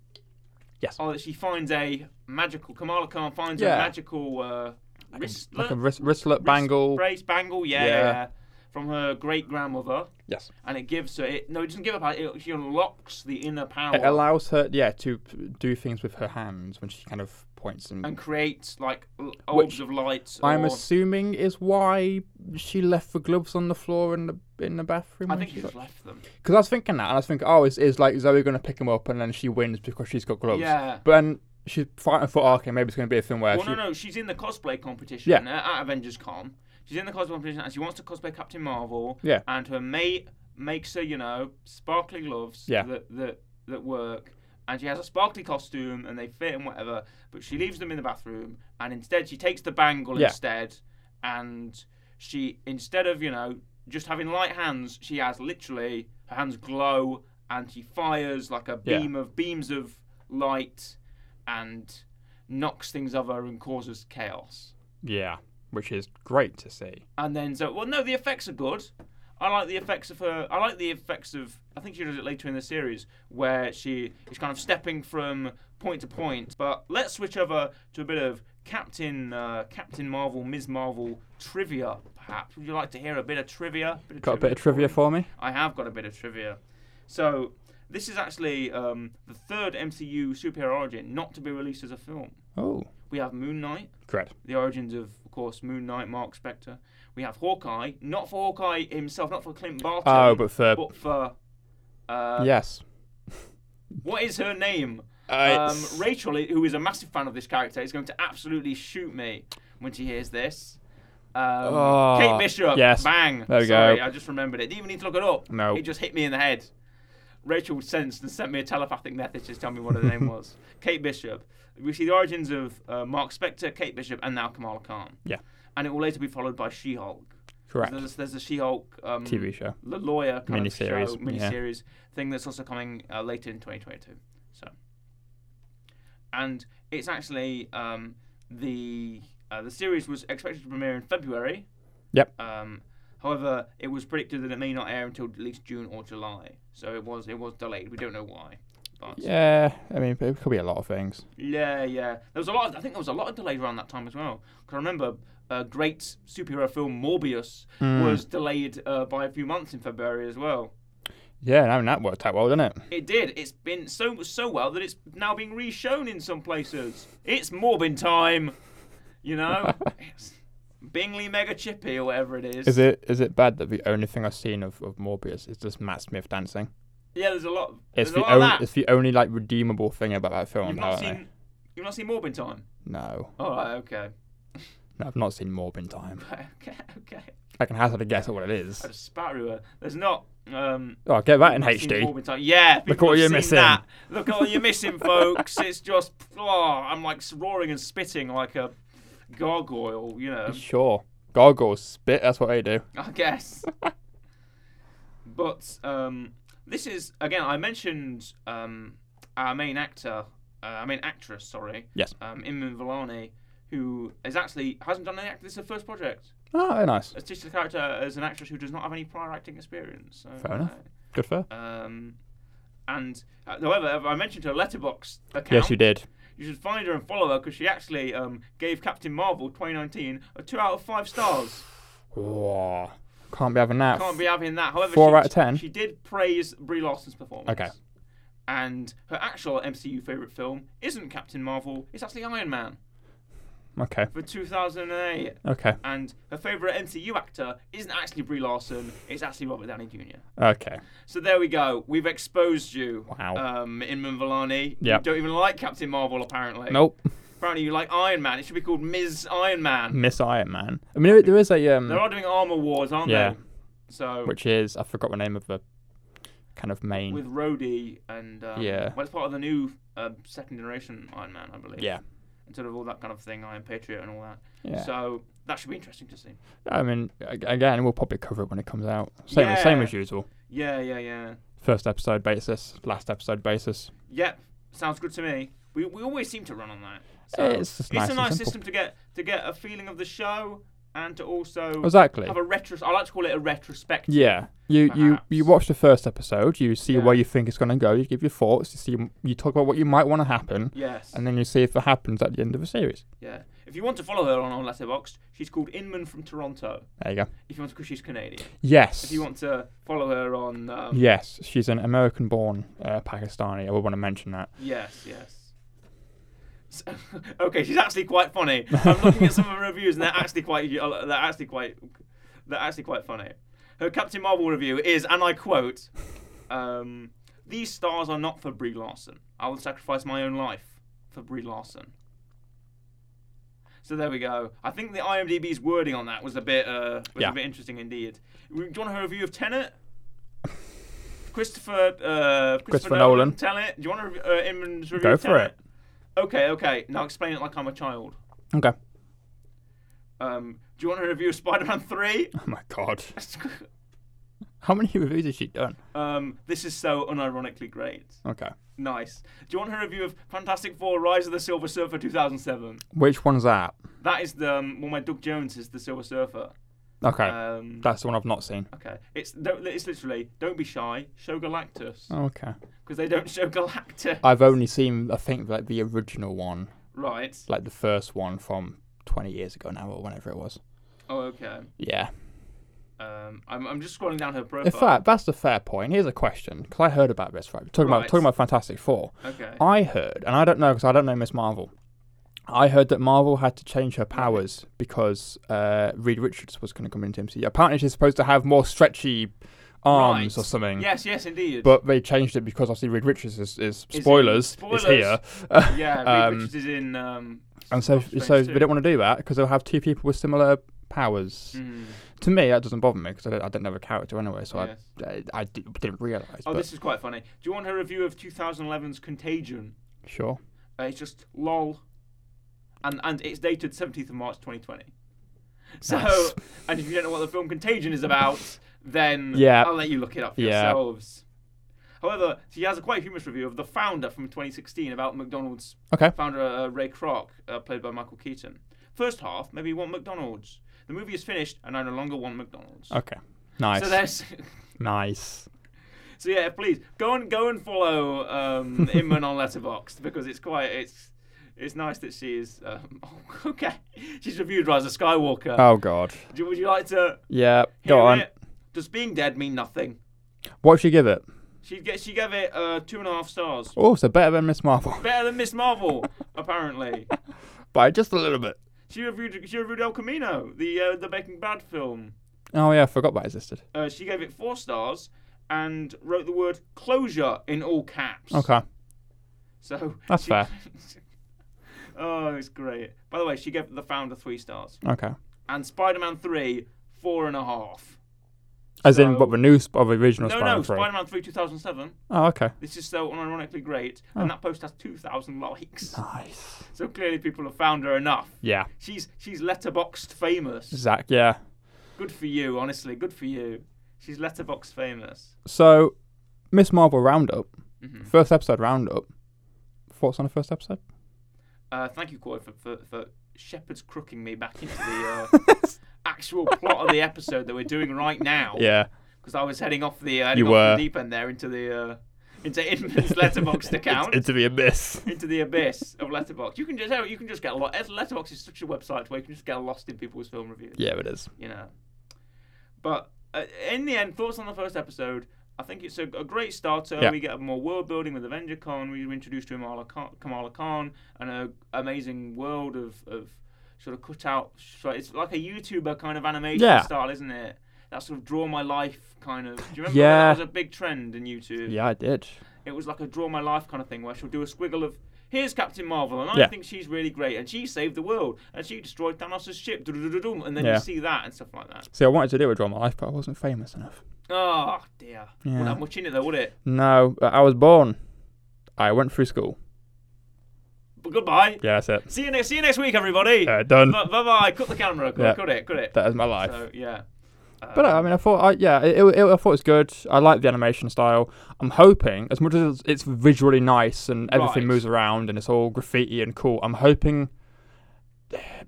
[SPEAKER 2] Yes.
[SPEAKER 1] are that she finds a magical Kamala Khan finds a
[SPEAKER 2] Yeah.
[SPEAKER 1] magical uh, wristlet,
[SPEAKER 2] Like a wrist, wristlet bangle.
[SPEAKER 1] brace bangle, yeah, yeah.
[SPEAKER 2] Yeah.
[SPEAKER 1] yeah, from her great grandmother,
[SPEAKER 2] Yes.
[SPEAKER 1] and it gives her it. No, it doesn't give her power. It, she unlocks the inner power
[SPEAKER 2] It allows her yeah, to do things with her hands when she kind of points and,
[SPEAKER 1] and creates like l- orbs
[SPEAKER 2] Which
[SPEAKER 1] of light.
[SPEAKER 2] I'm
[SPEAKER 1] or,
[SPEAKER 2] assuming is why she left the gloves on the floor in the in the bathroom.
[SPEAKER 1] I
[SPEAKER 2] when
[SPEAKER 1] think
[SPEAKER 2] she
[SPEAKER 1] she just
[SPEAKER 2] got-
[SPEAKER 1] left them.
[SPEAKER 2] Because I was thinking that, and I was thinking, oh, is, is like Zoe going to pick him up and then she wins because she's got gloves?
[SPEAKER 1] Yeah.
[SPEAKER 2] But then she's fighting for Arkham. Maybe it's going to be a film where
[SPEAKER 1] Well,
[SPEAKER 2] she.
[SPEAKER 1] no, no, she's in the cosplay competition
[SPEAKER 2] Yeah.
[SPEAKER 1] uh, at Avengers Con. She's in the cosplay competition and she wants to cosplay Captain Marvel.
[SPEAKER 2] Yeah.
[SPEAKER 1] And her mate makes her, you know, sparkly gloves
[SPEAKER 2] Yeah.
[SPEAKER 1] that, that that work. And she has a sparkly costume and they fit and whatever. But she leaves them in the bathroom and instead she takes the bangle
[SPEAKER 2] Yeah.
[SPEAKER 1] instead. And she, instead of, you know, just having light hands, she has literally her hands glow and she fires like a
[SPEAKER 2] Yeah.
[SPEAKER 1] beam of beams of light and knocks things over and causes chaos.
[SPEAKER 2] Yeah, which is great to see.
[SPEAKER 1] And then so well no the effects are good. I like the effects of her. I like the effects of. I think she does it later in the series where she is kind of stepping from point to point. But let's switch over to a bit of Captain uh, Captain Marvel, Ms. Marvel trivia. Perhaps would you like to hear a bit of trivia? Bit of
[SPEAKER 2] Got a bit of trivia
[SPEAKER 1] for you?
[SPEAKER 2] for me?
[SPEAKER 1] I have got a bit of trivia. So this is actually um, the third MCU superhero origin not to be released as a film.
[SPEAKER 2] Oh,
[SPEAKER 1] We have Moon Knight,
[SPEAKER 2] correct.
[SPEAKER 1] the origins of, of course, Moon Knight, Mark Spector. We have Hawkeye, not for Hawkeye himself, not for Clint Barton,
[SPEAKER 2] Oh, but for
[SPEAKER 1] but for uh,
[SPEAKER 2] yes,
[SPEAKER 1] what is her name?
[SPEAKER 2] Uh,
[SPEAKER 1] Um,
[SPEAKER 2] it's-
[SPEAKER 1] Rachel, i- who is a massive fan of this character, is going to absolutely shoot me when she hears this. Um,
[SPEAKER 2] Oh,
[SPEAKER 1] Kate Bishop,
[SPEAKER 2] yes.
[SPEAKER 1] bang!
[SPEAKER 2] There we go.
[SPEAKER 1] Sorry, I just remembered it. Didn't even need to look it up.
[SPEAKER 2] No.
[SPEAKER 1] it just hit me in the head. Rachel sensed and sent me a telepathic message to tell me what her name was. Kate Bishop. We see the origins of uh, Mark Spector, Kate Bishop, and now Kamala Khan.
[SPEAKER 2] Yeah.
[SPEAKER 1] and it will later be followed by She-Hulk.
[SPEAKER 2] correct.
[SPEAKER 1] There's, there's a She-Hulk um,
[SPEAKER 2] TV show.
[SPEAKER 1] the lawyer kind
[SPEAKER 2] Miniseries,
[SPEAKER 1] of show,
[SPEAKER 2] yeah.
[SPEAKER 1] miniseries thing that's also coming uh, later in 2022. So, and it's actually um, the uh, the series was expected to premiere in February.
[SPEAKER 2] Yep.
[SPEAKER 1] Um, however, it was predicted that it may not air until at least June or July. So it was it was delayed. We don't know why. But
[SPEAKER 2] Yeah, I mean, it could be a lot of things.
[SPEAKER 1] yeah, yeah. There was a lot. Of, I think there was a lot of delays around that time as well. Because I remember a great superhero film Morbius
[SPEAKER 2] Mm.
[SPEAKER 1] was delayed uh, by a few months in February as well.
[SPEAKER 2] Yeah, and I mean, that worked out well, didn't it?
[SPEAKER 1] It did. It's been so so well that it's now being reshown in some places. It's Morbin time, you know. it's Bingley Mega Chippy or whatever it is.
[SPEAKER 2] Is it is it bad that the only thing I've seen of, of Morbius is just Matt Smith dancing?
[SPEAKER 1] Yeah, there's a lot. There's
[SPEAKER 2] It's
[SPEAKER 1] a
[SPEAKER 2] the
[SPEAKER 1] lot of
[SPEAKER 2] only
[SPEAKER 1] that.
[SPEAKER 2] it's the only like redeemable thing about that film.
[SPEAKER 1] You've not
[SPEAKER 2] apparently.
[SPEAKER 1] seen. You've not seen Morbin time.
[SPEAKER 2] No,
[SPEAKER 1] All right. Okay.
[SPEAKER 2] no, I've not seen Morbin Time.
[SPEAKER 1] Okay. Okay.
[SPEAKER 2] I can hazard a guess at what it is.
[SPEAKER 1] I just spat everywhere. There's not. Um,
[SPEAKER 2] Oh, get that in
[SPEAKER 1] I've seen
[SPEAKER 2] HD.
[SPEAKER 1] Morbin Time. Yeah,
[SPEAKER 2] Look
[SPEAKER 1] people
[SPEAKER 2] what
[SPEAKER 1] have
[SPEAKER 2] you're
[SPEAKER 1] seen
[SPEAKER 2] missing.
[SPEAKER 1] That. Look what you're missing, folks. It's just, oh, I'm like roaring and spitting like a gargoyle, you know.
[SPEAKER 2] Sure, gargoyles spit. That's what they do.
[SPEAKER 1] I guess. but um, this is again. I mentioned um, our main actor, uh, our main actress. Sorry.
[SPEAKER 2] Yes.
[SPEAKER 1] Um, Iman Vellani, who is actually hasn't done any act. This is her first project.
[SPEAKER 2] Oh, very nice.
[SPEAKER 1] It's just a character as an actress who does not have any prior acting experience. So,
[SPEAKER 2] Fair enough. Good for. her.
[SPEAKER 1] Um, and uh, however, I mentioned her letterbox account.
[SPEAKER 2] Yes, you did.
[SPEAKER 1] You should find her and follow her because she actually um, gave Captain Marvel 2019 a two out of five stars.
[SPEAKER 2] Whoa. Can't be having that.
[SPEAKER 1] Can't be having that. However,
[SPEAKER 2] Four
[SPEAKER 1] she,
[SPEAKER 2] out of ten?
[SPEAKER 1] She did praise Brie Larson's performance.
[SPEAKER 2] Okay.
[SPEAKER 1] And her actual MCU favorite film isn't Captain Marvel. It's actually Iron Man
[SPEAKER 2] Okay.
[SPEAKER 1] for 2008.
[SPEAKER 2] Okay.
[SPEAKER 1] And her favorite MCU actor isn't actually Brie Larson. It's actually Robert Downey Jr.
[SPEAKER 2] Okay.
[SPEAKER 1] So there we go. We've exposed you.
[SPEAKER 2] Wow.
[SPEAKER 1] Um, Inman Vellani.
[SPEAKER 2] Yep.
[SPEAKER 1] You don't even like Captain Marvel apparently.
[SPEAKER 2] Nope.
[SPEAKER 1] Apparently you like Iron Man. It should be called Ms. Iron Man.
[SPEAKER 2] Miss Iron Man. I mean, there- there is a
[SPEAKER 1] They're
[SPEAKER 2] um,
[SPEAKER 1] all doing armor wars, aren't
[SPEAKER 2] Yeah.
[SPEAKER 1] they? So
[SPEAKER 2] which is I forgot the name of the kind of main.
[SPEAKER 1] with Rhodey and um,
[SPEAKER 2] Yeah.
[SPEAKER 1] well, it's part of the new uh, second generation Iron Man, I believe.
[SPEAKER 2] yeah.
[SPEAKER 1] and sort of all that kind of thing, Iron Patriot and all that.
[SPEAKER 2] Yeah.
[SPEAKER 1] So that should be interesting to see.
[SPEAKER 2] I mean, ag- again, we'll probably cover it when it comes out. Same,
[SPEAKER 1] Yeah.
[SPEAKER 2] same as usual.
[SPEAKER 1] Yeah, yeah, yeah.
[SPEAKER 2] First episode basis, last episode basis.
[SPEAKER 1] Yep, sounds good to me. We, we always seem to run on that. So
[SPEAKER 2] It's just nice
[SPEAKER 1] a
[SPEAKER 2] and
[SPEAKER 1] nice
[SPEAKER 2] simple.
[SPEAKER 1] system to get to get a feeling of the show and to also
[SPEAKER 2] Exactly.
[SPEAKER 1] have a retro. I like to call it a retrospective.
[SPEAKER 2] Yeah. You you
[SPEAKER 1] Perhaps.
[SPEAKER 2] you watch the first episode. You see
[SPEAKER 1] Yeah.
[SPEAKER 2] where you think it's going to go. You give your thoughts. You see you talk about what you might want to happen,
[SPEAKER 1] Yes.
[SPEAKER 2] and then you see if it happens at the end of the series.
[SPEAKER 1] yeah. If you want to follow her on, on Letterboxd, she's called Inman from Toronto.
[SPEAKER 2] There you go.
[SPEAKER 1] If you want to, because she's Canadian.
[SPEAKER 2] Yes.
[SPEAKER 1] If you want to follow her on, um,
[SPEAKER 2] Yes, she's an American-born uh, Pakistani. I would want to mention that.
[SPEAKER 1] Yes, yes. So, okay, she's actually quite funny. I'm looking at some of her reviews, and they're actually quite uh, they're actually quite they're actually quite funny. Her Captain Marvel review is, and I quote, um, "These stars are not for Brie Larson. I will sacrifice my own life for Brie Larson." So there we go. I think the IMDb's wording on that was a bit uh, was
[SPEAKER 2] Yeah.
[SPEAKER 1] a bit interesting indeed. Do you want her review of Tenet? Christopher, uh, Christopher,
[SPEAKER 2] Christopher
[SPEAKER 1] Nolan.
[SPEAKER 2] Nolan.
[SPEAKER 1] Tell it. Do you want to uh, Imran's review?
[SPEAKER 2] Go
[SPEAKER 1] of
[SPEAKER 2] for
[SPEAKER 1] Tenet?
[SPEAKER 2] it.
[SPEAKER 1] Okay, okay. Now explain it like I'm a child.
[SPEAKER 2] Okay.
[SPEAKER 1] Um, do you want to review of Spider-Man Three?
[SPEAKER 2] Oh my god. How many reviews has she done?
[SPEAKER 1] um, this is so unironically great.
[SPEAKER 2] Okay.
[SPEAKER 1] Nice. Do you want her review of Fantastic Four: Rise of the Silver Surfer 2007?
[SPEAKER 2] Which one's that?
[SPEAKER 1] That is the um, one where Doug Jones is the Silver Surfer.
[SPEAKER 2] Okay,
[SPEAKER 1] Um,
[SPEAKER 2] that's the one I've not seen.
[SPEAKER 1] okay. It's don't, it's literally don't be shy. Show Galactus because
[SPEAKER 2] Oh, okay,
[SPEAKER 1] they don't show Galactus.
[SPEAKER 2] I've only seen I think like the original one,
[SPEAKER 1] Right.
[SPEAKER 2] like the first one from 20 years ago now or whenever it was.
[SPEAKER 1] Oh, okay.
[SPEAKER 2] Yeah.
[SPEAKER 1] Um, I'm, I'm just scrolling down her
[SPEAKER 2] In
[SPEAKER 1] profile.
[SPEAKER 2] fact, that's a fair point. Here's a question because I heard about this. Right, talking about
[SPEAKER 1] Right.
[SPEAKER 2] talking about Fantastic Four.
[SPEAKER 1] okay.
[SPEAKER 2] I heard, and I don't know because I don't know Miss Marvel. I heard that Marvel had to change her powers because uh, Reed Richards was going to come into MCU. Apparently, she's supposed to have more stretchy arms
[SPEAKER 1] Right.
[SPEAKER 2] or something.
[SPEAKER 1] Yes, yes, indeed.
[SPEAKER 2] But they changed it because obviously Reed Richards is, is
[SPEAKER 1] in-
[SPEAKER 2] spoilers, is,
[SPEAKER 1] spoilers.
[SPEAKER 2] here,
[SPEAKER 1] yeah, Reed
[SPEAKER 2] um,
[SPEAKER 1] Richards is in. Um,
[SPEAKER 2] and so
[SPEAKER 1] Doctor
[SPEAKER 2] so
[SPEAKER 1] Strange
[SPEAKER 2] they
[SPEAKER 1] too.
[SPEAKER 2] don't want to do that because they'll have two people with similar powers.
[SPEAKER 1] mm,
[SPEAKER 2] To me, that doesn't bother me because I don't, I don't know the character anyway, so
[SPEAKER 1] yes.
[SPEAKER 2] I I, I di- didn't realize.
[SPEAKER 1] Oh,
[SPEAKER 2] but
[SPEAKER 1] this is quite funny. Do you want her review of 2011's Contagion?
[SPEAKER 2] sure,
[SPEAKER 1] Uh, it's just lol, and and it's dated 17th of March 2020. So,
[SPEAKER 2] Nice.
[SPEAKER 1] and if you don't know what the film Contagion is about, then
[SPEAKER 2] Yeah.
[SPEAKER 1] I'll let you look it up for
[SPEAKER 2] Yeah.
[SPEAKER 1] yourselves. However, she has a quite humorous review of The Founder from 2016 about McDonald's
[SPEAKER 2] okay,
[SPEAKER 1] founder uh, Ray Kroc, uh, played by Michael Keaton. First half, maybe want McDonald's. The movie is finished, and I no longer want McDonald's.
[SPEAKER 2] okay, nice,
[SPEAKER 1] So there's,
[SPEAKER 2] nice.
[SPEAKER 1] so yeah, please go and go and follow um, Imran on Letterboxd because it's quite it's it's nice that she is um, okay. She's reviewed Rise of Skywalker.
[SPEAKER 2] Oh God,
[SPEAKER 1] Do- would you like to
[SPEAKER 2] yeah,
[SPEAKER 1] hear
[SPEAKER 2] go on.
[SPEAKER 1] it? Does being dead mean nothing?
[SPEAKER 2] What'd she give it?
[SPEAKER 1] She get she gave it uh, two and a half stars.
[SPEAKER 2] Oh, so better than Miss Marvel
[SPEAKER 1] Better than Miss Marvel, apparently.
[SPEAKER 2] by just a little bit.
[SPEAKER 1] She reviewed she reviewed El Camino, the uh, the Breaking Bad film.
[SPEAKER 2] Oh yeah, I forgot that existed.
[SPEAKER 1] Uh, she gave it four stars and wrote the word closure in all caps.
[SPEAKER 2] Okay,
[SPEAKER 1] So
[SPEAKER 2] That's
[SPEAKER 1] she-
[SPEAKER 2] fair.
[SPEAKER 1] oh, it's great. By the way, she gave The Founder three stars
[SPEAKER 2] okay.
[SPEAKER 1] and Spider Man 3, four and a half.
[SPEAKER 2] As in
[SPEAKER 1] So-
[SPEAKER 2] what the new sp- or the original
[SPEAKER 1] No,
[SPEAKER 2] Spider-Man
[SPEAKER 1] no,
[SPEAKER 2] 3.
[SPEAKER 1] Spider Man 3 2007.
[SPEAKER 2] Oh, okay.
[SPEAKER 1] This is so unironically great.
[SPEAKER 2] Oh.
[SPEAKER 1] And that post has 2,000
[SPEAKER 2] Ah.
[SPEAKER 1] likes.
[SPEAKER 2] Nice.
[SPEAKER 1] So clearly people have found her enough.
[SPEAKER 2] Yeah,
[SPEAKER 1] She's she's letterboxed famous.
[SPEAKER 2] Zach. Yeah.
[SPEAKER 1] Good for you, honestly. Good for you. She's letterboxed famous.
[SPEAKER 2] So, Miss Marvel roundup,
[SPEAKER 1] hmm
[SPEAKER 2] first episode roundup. Thoughts on the first episode?
[SPEAKER 1] Uh, thank you, Corey, for, for, for shepherd's crooking me back into the uh, actual plot of the episode that we're doing right now.
[SPEAKER 2] Yeah.
[SPEAKER 1] Because I was heading off the, uh, heading
[SPEAKER 2] You
[SPEAKER 1] off
[SPEAKER 2] were.
[SPEAKER 1] the deep end there into the uh, into Inman's letterboxed account.
[SPEAKER 2] Into the abyss.
[SPEAKER 1] into the abyss of Letterbox. You can just you can just get lost. Letterbox is such a website where you can just get lost in people's film reviews.
[SPEAKER 2] Yeah, it is.
[SPEAKER 1] You know, but uh, in the end, thoughts on the first episode. I think it's a, a great starter.
[SPEAKER 2] Yeah.
[SPEAKER 1] We get more world building with Avenger Con. We were introduced to Kamala Khan, Kamala Khan and an amazing world of, of sort of cut out. So it's like a YouTuber kind of animation
[SPEAKER 2] Yeah.
[SPEAKER 1] style, isn't it? That sort of draw my life kind of. Do you remember
[SPEAKER 2] Yeah.
[SPEAKER 1] that was a big trend in YouTube?
[SPEAKER 2] Yeah, I did.
[SPEAKER 1] it was like a draw my life kind of thing where she'll do a squiggle of here's Captain Marvel and I
[SPEAKER 2] Yeah.
[SPEAKER 1] think she's really great and she saved the world and she destroyed Thanos' ship doo-doo-doo-doo, and then
[SPEAKER 2] Yeah.
[SPEAKER 1] you see that and stuff like that.
[SPEAKER 2] See, I wanted to do a draw my life, but I wasn't famous enough.
[SPEAKER 1] Oh dear.
[SPEAKER 2] Yeah.
[SPEAKER 1] Wouldn't have much in it though, would it?
[SPEAKER 2] No, but I was born. I went through school.
[SPEAKER 1] But goodbye.
[SPEAKER 2] Yeah, that's it.
[SPEAKER 1] See you next see you next week everybody.
[SPEAKER 2] Uh, done.
[SPEAKER 1] bye bye. Cut the camera, cut,
[SPEAKER 2] Yeah.
[SPEAKER 1] cut it, cut it.
[SPEAKER 2] That is my life.
[SPEAKER 1] So yeah. Uh,
[SPEAKER 2] But uh, I mean, I thought, I, yeah, it, it, I thought it was good. I like the animation style. I'm hoping, as much as it's visually nice and everything
[SPEAKER 1] Right.
[SPEAKER 2] moves around and it's all graffiti and cool, I'm hoping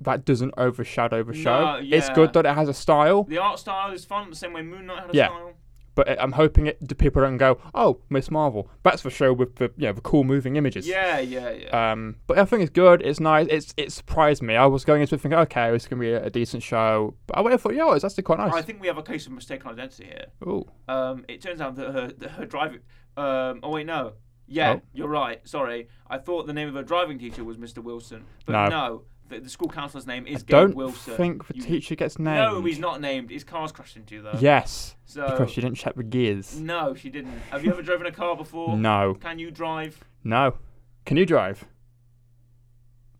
[SPEAKER 2] that doesn't overshadow the show.
[SPEAKER 1] No,
[SPEAKER 2] It's
[SPEAKER 1] yeah.
[SPEAKER 2] good that it has a style,
[SPEAKER 1] the art style is fun the same way Moon Knight had a
[SPEAKER 2] Yeah.
[SPEAKER 1] style.
[SPEAKER 2] but it, I'm hoping it the people don't go, "Oh, Miss Marvel." That's the show with the you know, the cool moving images.
[SPEAKER 1] Yeah, yeah, yeah.
[SPEAKER 2] Um, but I think it's good. It's nice. It's it surprised me. I was going into it thinking, okay, it's gonna be a, a decent show. But I went and thought, yeah, it's actually quite
[SPEAKER 1] I
[SPEAKER 2] Uh, nice.
[SPEAKER 1] think we have a case of mistaken identity here.
[SPEAKER 2] Ooh,
[SPEAKER 1] Um, it turns out that her, that her driving. Um, oh wait, no. Yeah,
[SPEAKER 2] Oh.
[SPEAKER 1] you're right. Sorry, I thought the name of her driving teacher was Mr. Wilson, but
[SPEAKER 2] No.
[SPEAKER 1] no, the, the school counselor's name is Gabe
[SPEAKER 2] don't
[SPEAKER 1] Wilson.
[SPEAKER 2] think the
[SPEAKER 1] You-
[SPEAKER 2] teacher gets named.
[SPEAKER 1] No, he's not named. His car's crashed into though.
[SPEAKER 2] Yes,
[SPEAKER 1] So
[SPEAKER 2] because she didn't check the gears.
[SPEAKER 1] no, she didn't. Have you ever driven a car before?
[SPEAKER 2] No,
[SPEAKER 1] Can you drive?
[SPEAKER 2] no. Can you drive?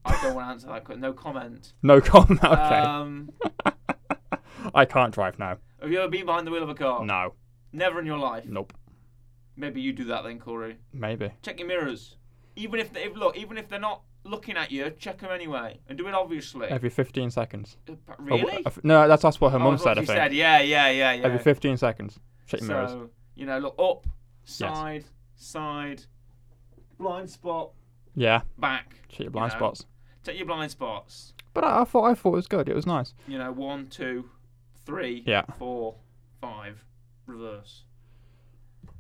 [SPEAKER 1] I don't want to answer that. que- No comment.
[SPEAKER 2] No comment. Okay,
[SPEAKER 1] Um,
[SPEAKER 2] I can't drive now.
[SPEAKER 1] have you ever been behind the wheel of a car?
[SPEAKER 2] No,
[SPEAKER 1] Never in your life.
[SPEAKER 2] nope.
[SPEAKER 1] Maybe you do that then, Corey.
[SPEAKER 2] Maybe.
[SPEAKER 1] Check your mirrors. Even if they if, look, even if they're not looking at you, check them anyway, and do it obviously.
[SPEAKER 2] Every 15 seconds.
[SPEAKER 1] Uh, but
[SPEAKER 2] Oh,
[SPEAKER 1] Really?
[SPEAKER 2] I th- no, that's that's what her
[SPEAKER 1] Oh,
[SPEAKER 2] mum
[SPEAKER 1] that's what
[SPEAKER 2] said. I
[SPEAKER 1] she
[SPEAKER 2] think
[SPEAKER 1] said, yeah, yeah, yeah, yeah.
[SPEAKER 2] every 15 seconds. Check your mirrors.
[SPEAKER 1] So, you know, look up, side, side, blind spot,
[SPEAKER 2] Yeah,
[SPEAKER 1] back.
[SPEAKER 2] check your blind
[SPEAKER 1] know.
[SPEAKER 2] spots.
[SPEAKER 1] Take your blind spots.
[SPEAKER 2] But I, I thought I thought it was good. It was nice.
[SPEAKER 1] You know, one, two, three,
[SPEAKER 2] Yeah.
[SPEAKER 1] four, five, reverse.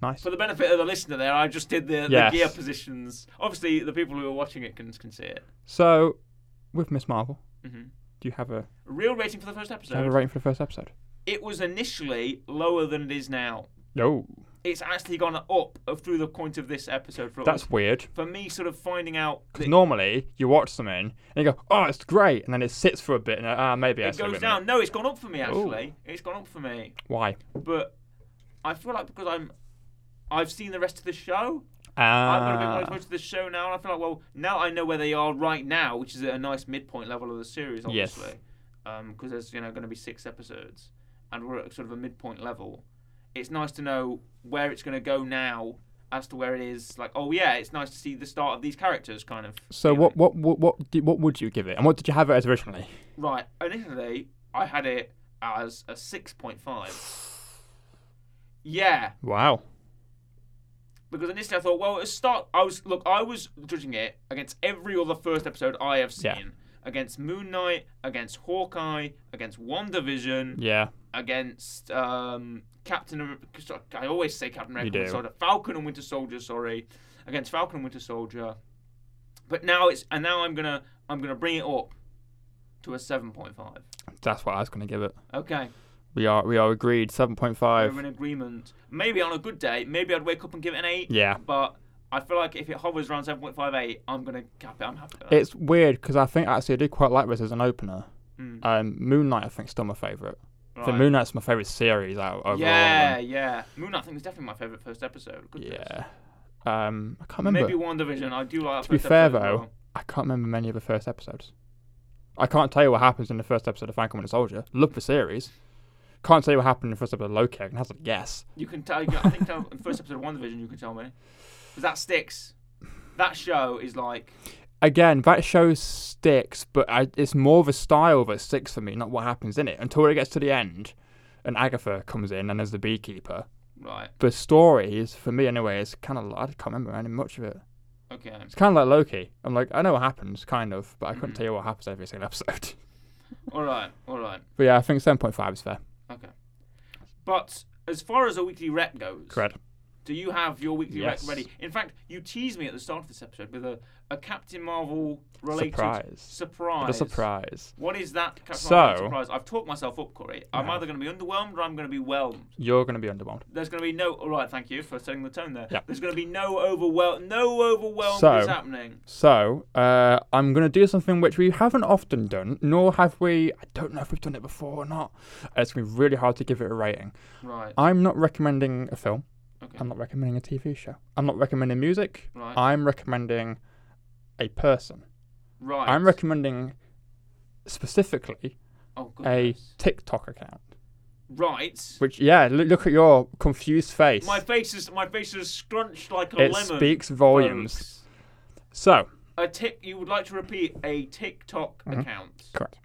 [SPEAKER 2] Nice.
[SPEAKER 1] For the benefit of the listener, there, I just did the,
[SPEAKER 2] Yes.
[SPEAKER 1] the gear positions. Obviously, the people who are watching it can can see it.
[SPEAKER 2] So, with Miss Marvel,
[SPEAKER 1] hmm
[SPEAKER 2] do you have a,
[SPEAKER 1] Real rating for the first
[SPEAKER 2] do you have
[SPEAKER 1] episode.
[SPEAKER 2] a rating for the first episode?
[SPEAKER 1] It was initially lower than it is now.
[SPEAKER 2] No,
[SPEAKER 1] It's actually gone up through the point of this episode. For
[SPEAKER 2] that's weird.
[SPEAKER 1] for me, sort of finding out. that
[SPEAKER 2] Because normally you watch something and you go, "Oh, it's great," and then it sits for a bit, and uh, ah, maybe I
[SPEAKER 1] it
[SPEAKER 2] should have
[SPEAKER 1] goes
[SPEAKER 2] written
[SPEAKER 1] down. No, it's gone up for me actually. It's gone up for me,
[SPEAKER 2] it." Why?
[SPEAKER 1] but I feel like because I'm, I've seen the rest of the show. I've got a bit more
[SPEAKER 2] Ah,
[SPEAKER 1] exposure to the show now, and I feel like well now I know where they are right now, which is at a nice midpoint level of the series,
[SPEAKER 2] Yes.
[SPEAKER 1] obviously, because there's you know going to be six episodes, and we're at sort of a midpoint level. It's nice to know where it's going to go now, as to where it is. Like oh yeah, it's nice to see the start of these characters, kind of.
[SPEAKER 2] so
[SPEAKER 1] feeling.
[SPEAKER 2] what, what, what, what, did, what would you give it, and what did you have it as originally?
[SPEAKER 1] Right, initially I had it as a six point five. Yeah,
[SPEAKER 2] Wow.
[SPEAKER 1] because initially I thought, well, it's start. I was look, I was judging it against every other first episode I have seen,
[SPEAKER 2] Yeah.
[SPEAKER 1] against Moon Knight, against Hawkeye, against WandaVision,
[SPEAKER 2] Yeah.
[SPEAKER 1] against um, Captain. Amer- I always say Captain America,
[SPEAKER 2] You
[SPEAKER 1] Winter
[SPEAKER 2] do.
[SPEAKER 1] Soldier, Falcon and Winter Soldier. Sorry, against Falcon and Winter Soldier. But now it's and now I'm gonna I'm gonna bring it up to a seven point five.
[SPEAKER 2] That's what I was going to give it.
[SPEAKER 1] Okay.
[SPEAKER 2] We are we are agreed. Seven point
[SPEAKER 1] we're
[SPEAKER 2] five.
[SPEAKER 1] in agreement. Maybe on a good day, maybe I'd wake up and give it an eight.
[SPEAKER 2] Yeah.
[SPEAKER 1] But I feel like if it hovers around seven point five eight, I'm gonna cap it. I'm happy. With that.
[SPEAKER 2] It's weird because I think actually I do quite like this as an opener.
[SPEAKER 1] Mm,
[SPEAKER 2] Um, Moon Knight I think is still my favourite. I
[SPEAKER 1] right.
[SPEAKER 2] think Moon Knight's my favourite series out overall.
[SPEAKER 1] yeah, yeah. Moon Knight, I think was definitely my favorite first episode. Good
[SPEAKER 2] Yeah. Um, I can't remember.
[SPEAKER 1] Maybe One Division. I do like. That
[SPEAKER 2] To be
[SPEAKER 1] first
[SPEAKER 2] fair,
[SPEAKER 1] episode as
[SPEAKER 2] though,
[SPEAKER 1] well.
[SPEAKER 2] I can't remember many of the first episodes. I can't tell you what happens in the first episode of Falcon and the Soldier. Love the series. Can't tell you what happened in the first episode of Loki. I can hazard a guess.
[SPEAKER 1] you can tell. You can, I think tell, in the first episode of One Division, you can tell me because that sticks. That show is like
[SPEAKER 2] Again, that show sticks, but I, it's more of a style that sticks for me, not what happens in it. Until it gets to the end, and Agatha comes in and there's the beekeeper.
[SPEAKER 1] right.
[SPEAKER 2] The story is, for me anyway, is kind of I can't remember any much of it.
[SPEAKER 1] Okay.
[SPEAKER 2] It's kind of like Loki. I'm like I know what happens, kind of, but I couldn't
[SPEAKER 1] Mhm.
[SPEAKER 2] tell you what happens every single episode.
[SPEAKER 1] All right. All right.
[SPEAKER 2] but yeah, I think 7.5 is fair.
[SPEAKER 1] Okay. But as far as a weekly rep goes,
[SPEAKER 2] Correct.
[SPEAKER 1] Do you have your weekly rec
[SPEAKER 2] Yes.
[SPEAKER 1] ready? In fact, you teased me at the start of this episode with a, a Captain Marvel related
[SPEAKER 2] Surprise.
[SPEAKER 1] surprise.
[SPEAKER 2] What a surprise.
[SPEAKER 1] What is that Captain
[SPEAKER 2] So-
[SPEAKER 1] Marvel surprise? I've talked myself up, Corey. I'm
[SPEAKER 2] No.
[SPEAKER 1] either going to be underwhelmed or I'm going to be whelmed.
[SPEAKER 2] You're going to be underwhelmed.
[SPEAKER 1] There's going to be no. All right, thank you for setting the tone there.
[SPEAKER 2] Yeah.
[SPEAKER 1] There's going to be no overwhelm. No overwhelm
[SPEAKER 2] So-
[SPEAKER 1] is happening.
[SPEAKER 2] So, uh, I'm going to do something which we haven't often done, nor have we. I don't know if we've done it before or not. Uh, It's going to be really hard to give it a rating.
[SPEAKER 1] Right.
[SPEAKER 2] I'm not recommending a film.
[SPEAKER 1] Okay.
[SPEAKER 2] I'm not recommending a TV show. I'm not recommending music.
[SPEAKER 1] right.
[SPEAKER 2] um, I'm recommending a person.
[SPEAKER 1] right.
[SPEAKER 2] I'm recommending specifically
[SPEAKER 1] oh,
[SPEAKER 2] a
[SPEAKER 1] goodness.
[SPEAKER 2] TikTok account.
[SPEAKER 1] Right.
[SPEAKER 2] Which, yeah, look, look at your confused face.
[SPEAKER 1] My face is my face is scrunched like a
[SPEAKER 2] it
[SPEAKER 1] lemon.
[SPEAKER 2] speaks volumes.
[SPEAKER 1] folks.
[SPEAKER 2] So,
[SPEAKER 1] a tick you would like to repeat a TikTok account.
[SPEAKER 2] Mm-hmm. Correct.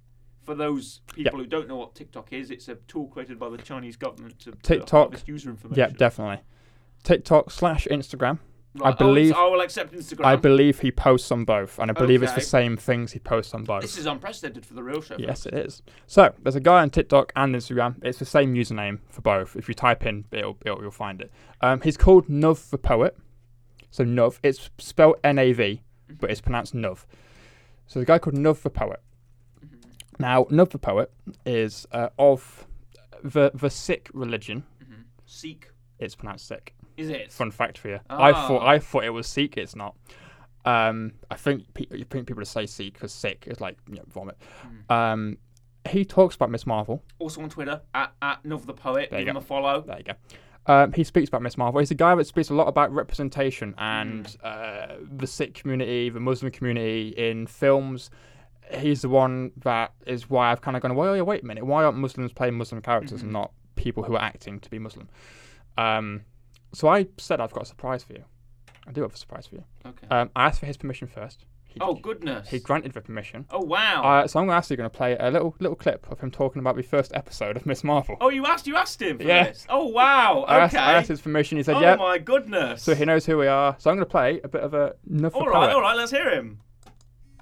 [SPEAKER 1] For those people who don't know what TikTok is, it's a tool created by the Chinese government to,
[SPEAKER 2] TikTok.
[SPEAKER 1] to harvest user information.
[SPEAKER 2] yeah, definitely. TikTok slash Instagram.
[SPEAKER 1] Right, oh,
[SPEAKER 2] believe-
[SPEAKER 1] I will accept Instagram.
[SPEAKER 2] I believe he posts on both, and I believe it's the
[SPEAKER 1] Okay.
[SPEAKER 2] same things he posts on both.
[SPEAKER 1] this is unprecedented for the real show.
[SPEAKER 2] yes, it is. So there's a guy on TikTok and Instagram. It's the same username for both. If you type in, it'll, it'll you'll find it. Um, he's called Nov the Poet. So Nov, it's spelled N-A-V, but it's pronounced Nov. So the guy called Nov the Poet.
[SPEAKER 1] Mm-hmm.
[SPEAKER 2] Now Nov the Poet is uh, of the the Sikh religion.
[SPEAKER 1] Mhm. Seek.
[SPEAKER 2] It's pronounced Sikh.
[SPEAKER 1] Is it?
[SPEAKER 2] Fun fact for you. I thought
[SPEAKER 1] Ah.
[SPEAKER 2] I thought it was Sikh. It's not. Um, I think pe- you think people say Sikh because sick is like you know, vomit. Um, he talks about Miss Marvel.
[SPEAKER 1] Also on Twitter at, at Nov the Poet.
[SPEAKER 2] There you
[SPEAKER 1] Give him a follow.
[SPEAKER 2] There you go. Um, he speaks about Miss Marvel. He's a guy that speaks a lot about representation and
[SPEAKER 1] Mm.
[SPEAKER 2] uh, the Sikh community, the Muslim community in films. He's the one that is why I've kind of gone, well, yeah, wait a minute. Why aren't Muslims playing Muslim characters
[SPEAKER 1] Mm-hmm.
[SPEAKER 2] and not people who are acting to be Muslim? Um, so I said I've got a surprise for you. I do have a surprise for you.
[SPEAKER 1] Okay.
[SPEAKER 2] Um, I asked for his permission first. He,
[SPEAKER 1] oh goodness.
[SPEAKER 2] he granted the permission.
[SPEAKER 1] oh wow.
[SPEAKER 2] Uh, so I'm actually going to play a little little clip of him talking about the first episode of Miss Marvel.
[SPEAKER 1] oh, you asked. You asked him. For
[SPEAKER 2] Yeah.
[SPEAKER 1] This. Oh wow.
[SPEAKER 2] I, asked,
[SPEAKER 1] Okay.
[SPEAKER 2] I asked his permission. He said,
[SPEAKER 1] oh
[SPEAKER 2] "Yep."
[SPEAKER 1] my goodness.
[SPEAKER 2] So he knows who we are. So I'm going to play a bit of a. All
[SPEAKER 1] all right. All right. Let's hear him.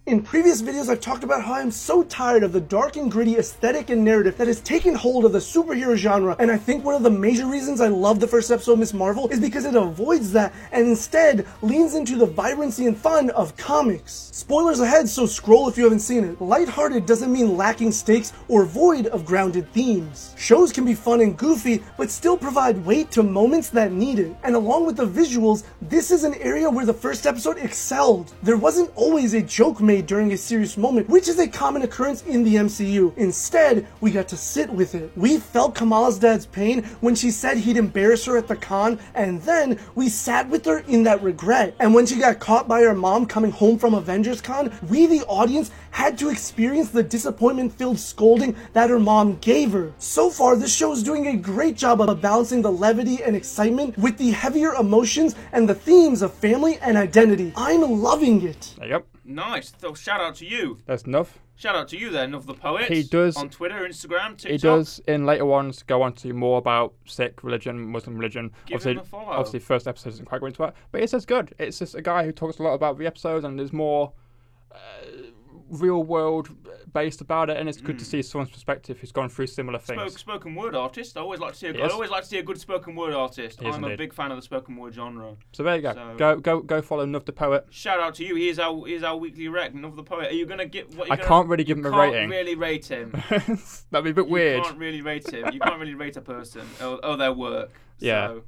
[SPEAKER 3] In previous videos, I've talked about how I'm so tired of the dark and gritty aesthetic and narrative that has taken hold of the superhero genre, and I think one of the major reasons I love the first episode of Miss Marvel is because it avoids that and instead leans into the vibrancy and fun of comics. Spoilers ahead, so scroll if you haven't seen it. Lighthearted doesn't mean lacking stakes or void of grounded themes. Shows can be fun and goofy, but still provide weight to moments that need it. And along with the visuals, this is an area where the first episode excelled. There wasn't always a joke made during a serious moment, which is a common occurrence in the MCU. Instead, we got to sit with it. We felt Kamala's dad's pain when she said he'd embarrass her at the con, and then we sat with her in that regret. And when she got caught by her mom coming home from Avengers Con, we, the audience, had to experience the disappointment filled scolding that her mom gave her. So far, this show is doing a great job of balancing the levity and excitement with the heavier emotions and the themes of family and identity. I'm loving it.
[SPEAKER 2] There you go.
[SPEAKER 1] Nice. So shout out to you.
[SPEAKER 2] That's enough.
[SPEAKER 1] Shout out to you then, of the poet.
[SPEAKER 2] He does-
[SPEAKER 1] on Twitter, Instagram, TikTok.
[SPEAKER 2] It does in later ones go on to more about Sikh religion, Muslim religion.
[SPEAKER 1] Give
[SPEAKER 2] obviously,
[SPEAKER 1] him a follow.
[SPEAKER 2] obviously, first episode doesn't quite go into that, but it's as good. It's just a guy who talks a lot about the episodes and is more uh, real world uh, based about it, and it's good
[SPEAKER 1] Hmm.
[SPEAKER 2] to see someone's perspective who's gone through similar things.
[SPEAKER 1] Spoke, spoken word artist. I always like to see. A, I
[SPEAKER 2] is.
[SPEAKER 1] always like to see a good spoken word artist.
[SPEAKER 2] He is
[SPEAKER 1] I'm a
[SPEAKER 2] indeed.
[SPEAKER 1] big fan of the spoken word genre.
[SPEAKER 2] So there you go.
[SPEAKER 1] So-
[SPEAKER 2] Go go go follow Nuv the poet.
[SPEAKER 1] Shout out to you. Here's our here's our weekly rec. None of the poet. Are you gonna get? What, are you
[SPEAKER 2] I
[SPEAKER 1] gonna-
[SPEAKER 2] can't really give him a
[SPEAKER 1] can't
[SPEAKER 2] rating.
[SPEAKER 1] really rate him.
[SPEAKER 2] That'd be a bit
[SPEAKER 1] You
[SPEAKER 2] weird.
[SPEAKER 1] can't really rate him. You can't really rate a person or, or their work.
[SPEAKER 2] Yeah.
[SPEAKER 1] So,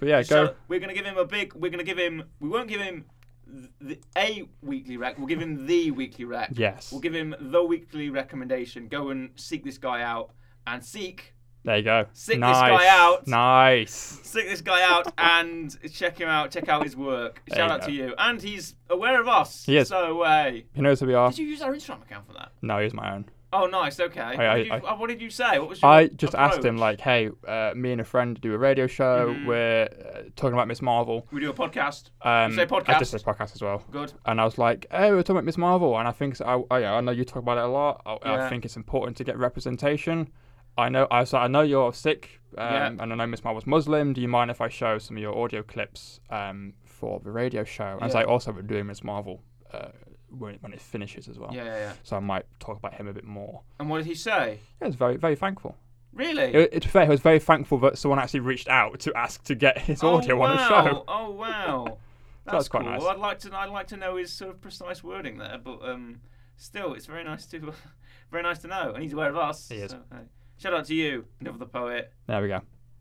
[SPEAKER 2] But yeah,
[SPEAKER 1] so
[SPEAKER 2] go.
[SPEAKER 1] we're gonna give him a big. We're gonna give him. We won't give him th- the, a weekly rec. We'll give him the weekly rec.
[SPEAKER 2] Yes.
[SPEAKER 1] We'll give him the weekly recommendation. Go and seek this guy out and seek
[SPEAKER 2] There you go.
[SPEAKER 1] Seek this
[SPEAKER 2] nice.
[SPEAKER 1] guy out.
[SPEAKER 2] Nice.
[SPEAKER 1] seek this guy out and check him out. Check out his work.
[SPEAKER 2] There
[SPEAKER 1] Shout
[SPEAKER 2] you
[SPEAKER 1] out
[SPEAKER 2] go.
[SPEAKER 1] to you. And he's aware of us.
[SPEAKER 2] He is.
[SPEAKER 1] So hey,
[SPEAKER 2] He knows who we are.
[SPEAKER 1] did you use our Instagram account for that?
[SPEAKER 2] No, he's my own.
[SPEAKER 1] Oh, nice. Okay.
[SPEAKER 2] I-
[SPEAKER 1] what, did you, uh, what did you say? What was your
[SPEAKER 2] I just asked him
[SPEAKER 1] approach?
[SPEAKER 2] like, "Hey, uh, me and a friend do a radio show.
[SPEAKER 1] Mm-hmm.
[SPEAKER 2] We're uh, talking about Miss Marvel.
[SPEAKER 1] We do a podcast.
[SPEAKER 2] Um,
[SPEAKER 1] say
[SPEAKER 2] I just
[SPEAKER 1] podcast.
[SPEAKER 2] said podcast as well.
[SPEAKER 1] Good.
[SPEAKER 2] And I was like, "Hey, we're talking about Miss Marvel, and I think I, I, I know you talk about it a lot. I,
[SPEAKER 1] Yeah.
[SPEAKER 2] I think it's important to get representation. I know I so I know you're sick, um,
[SPEAKER 1] Yeah.
[SPEAKER 2] and I know Miss Marvel's Muslim. Do you mind if I show some of your audio clips um, for the radio show? And it's
[SPEAKER 1] Yeah.
[SPEAKER 2] like also we're doing Miss Marvel uh, when, when it finishes as well.
[SPEAKER 1] Yeah, yeah, yeah.
[SPEAKER 2] So I might talk about him a bit more.
[SPEAKER 1] And what did he say?
[SPEAKER 2] Yeah, it's very very thankful.
[SPEAKER 1] Really?
[SPEAKER 2] It, to be fair, he was very thankful that someone actually reached out to ask to get his
[SPEAKER 1] oh,
[SPEAKER 2] audio
[SPEAKER 1] wow.
[SPEAKER 2] on the show.
[SPEAKER 1] Oh wow. That's,
[SPEAKER 2] That's quite
[SPEAKER 1] cool.
[SPEAKER 2] nice.
[SPEAKER 1] I'd like to I'd like to know his sort of precise wording there, but um still it's very nice to very nice to know. And he's aware of us.
[SPEAKER 2] He is.
[SPEAKER 1] so, hey. Shout out to you, Never the Poet.
[SPEAKER 2] There we go.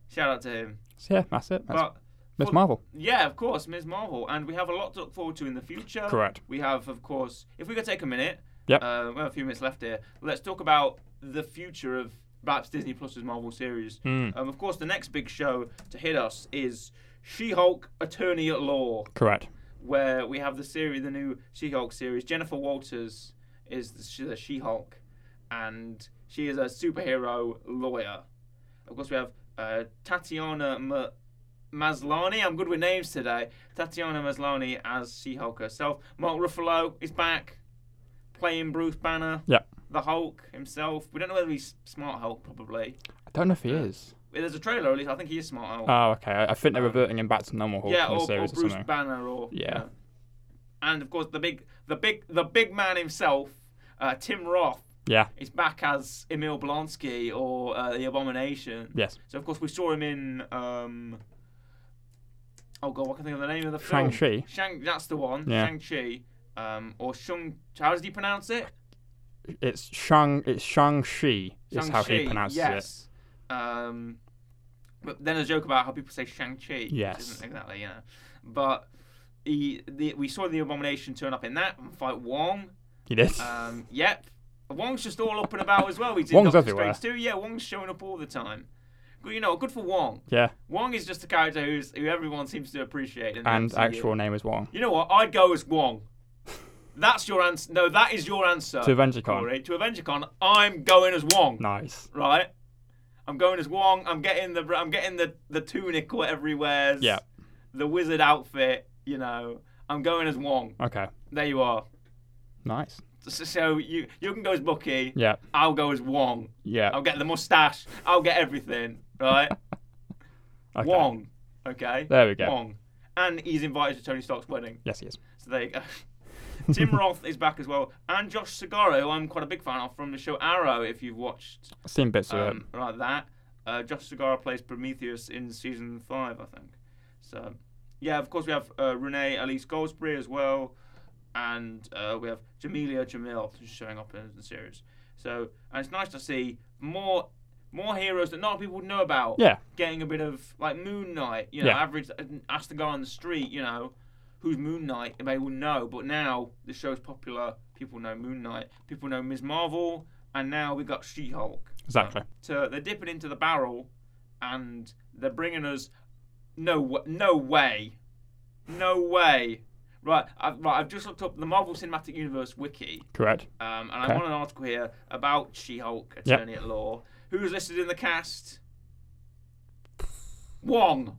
[SPEAKER 1] Shout out to him.
[SPEAKER 2] So yeah, that's it. That's
[SPEAKER 1] But
[SPEAKER 2] Miss
[SPEAKER 1] well-
[SPEAKER 2] Marvel.
[SPEAKER 1] yeah, of course, Ms. Marvel. And we have a lot to look forward to in the future.
[SPEAKER 2] Correct.
[SPEAKER 1] We have, of course, if we could take a minute,
[SPEAKER 2] Yep.
[SPEAKER 1] uh, we have a few minutes left here. Let's talk about the future of perhaps Disney Plus's Marvel series.
[SPEAKER 2] Mm.
[SPEAKER 1] Um, of course, the next big show to hit us is She Hulk Attorney at Law,
[SPEAKER 2] Correct.
[SPEAKER 1] where we have the series, the new She Hulk series. Jennifer Walters is the She- the She Hulk, and she is a superhero lawyer. Of course, we have uh, Tatiana M- Maslany. I'm good with names today. Tatiana Maslany as She Hulk herself. Mark Ruffalo is back playing Bruce Banner.
[SPEAKER 2] Yeah.
[SPEAKER 1] The Hulk himself. We don't know whether he's Smart Hulk, probably.
[SPEAKER 2] I don't know if he is.
[SPEAKER 1] There's a trailer, at least. I think he is Smart Hulk.
[SPEAKER 2] Oh, okay. I, I think they're
[SPEAKER 1] Um,
[SPEAKER 2] reverting him back to normal Hulk
[SPEAKER 1] yeah,
[SPEAKER 2] in the
[SPEAKER 1] or, or
[SPEAKER 2] series or,
[SPEAKER 1] Bruce
[SPEAKER 2] something.
[SPEAKER 1] Banner, or
[SPEAKER 2] Yeah.
[SPEAKER 1] And of course, the big, the big, the big man himself, uh, Tim Roth,
[SPEAKER 2] yeah.
[SPEAKER 1] is back as Emil Blonsky or uh, the Abomination.
[SPEAKER 2] Yes.
[SPEAKER 1] So of course we saw him in. Um, oh god, what can I think of the name of the film?
[SPEAKER 2] Shang-Chi.
[SPEAKER 1] Shang, that's the one.
[SPEAKER 2] Yeah.
[SPEAKER 1] Shang Chi, um, or Shung. How does he pronounce it?
[SPEAKER 2] It's Shang. It's Shang Shi. Is how he
[SPEAKER 1] Shang-Chi,
[SPEAKER 2] pronounces it.
[SPEAKER 1] yes. Um, but then a joke about how people say Shang Chi.
[SPEAKER 2] Yes.
[SPEAKER 1] isn't exactly. Yeah. But he, the, we saw the Abomination turn up in that and fight Wong.
[SPEAKER 2] He did.
[SPEAKER 1] Um, yep. Wong's just all up and about as well. He's in
[SPEAKER 2] Wong's
[SPEAKER 1] Doctor
[SPEAKER 2] everywhere.
[SPEAKER 1] Strange too. Yeah, Wong's showing up all the time. Good, you know, good for Wong.
[SPEAKER 2] yeah.
[SPEAKER 1] Wong is just a character who's, who everyone seems to appreciate. In the
[SPEAKER 2] And
[SPEAKER 1] MCU.
[SPEAKER 2] actual name is Wong.
[SPEAKER 1] You know what? I'd go as Wong. That's your answer. No, that is your answer.
[SPEAKER 2] To AvengerCon.
[SPEAKER 1] Corey. To AvengerCon, I'm going as Wong
[SPEAKER 2] Nice.
[SPEAKER 1] right? I'm going as Wong. I'm getting the I'm getting the the tunic or whatever he wears.
[SPEAKER 2] Yeah.
[SPEAKER 1] The wizard outfit, you know. I'm going as Wong.
[SPEAKER 2] Okay.
[SPEAKER 1] There you are.
[SPEAKER 2] Nice.
[SPEAKER 1] So, so you you can go as Bucky.
[SPEAKER 2] Yeah.
[SPEAKER 1] I'll go as Wong.
[SPEAKER 2] Yeah.
[SPEAKER 1] I'll get the mustache. I'll get everything. Right.
[SPEAKER 2] Okay.
[SPEAKER 1] Wong. Okay.
[SPEAKER 2] There we go.
[SPEAKER 1] Wong. And he's invited to Tony Stark's wedding.
[SPEAKER 2] Yes, he is.
[SPEAKER 1] So there you go. Tim Roth is back as well, and Josh Segaro, who I'm quite a big fan of from the show Arrow. If you've watched
[SPEAKER 2] I've seen bits of
[SPEAKER 1] um, like that, uh, Josh Segaro plays Prometheus in season five, I think. So, yeah, of course we have uh, Renee Elise Goldsberry as well, and uh, we have Jamelia Jamil who's showing up in the series. So, and it's nice to see more more heroes that not a lot of people would know about.
[SPEAKER 2] it. Yeah,
[SPEAKER 1] Getting a bit of like Moon Knight, you know,
[SPEAKER 2] Yeah.
[SPEAKER 1] average uh, ask the guy on the street, you know, who's Moon Knight, and they will know. But now the show's popular, people know Moon Knight, people know Ms. Marvel, and now we got She Hulk.
[SPEAKER 2] exactly.
[SPEAKER 1] So they're dipping into the barrel, and they're bringing us no w- no way, no way. Right, I've, right, I've just looked up the Marvel Cinematic Universe wiki,
[SPEAKER 2] Correct.
[SPEAKER 1] um, and
[SPEAKER 2] Okay.
[SPEAKER 1] I'm on an article here about She-Hulk, attorney at law, who's listed in the cast. Wong.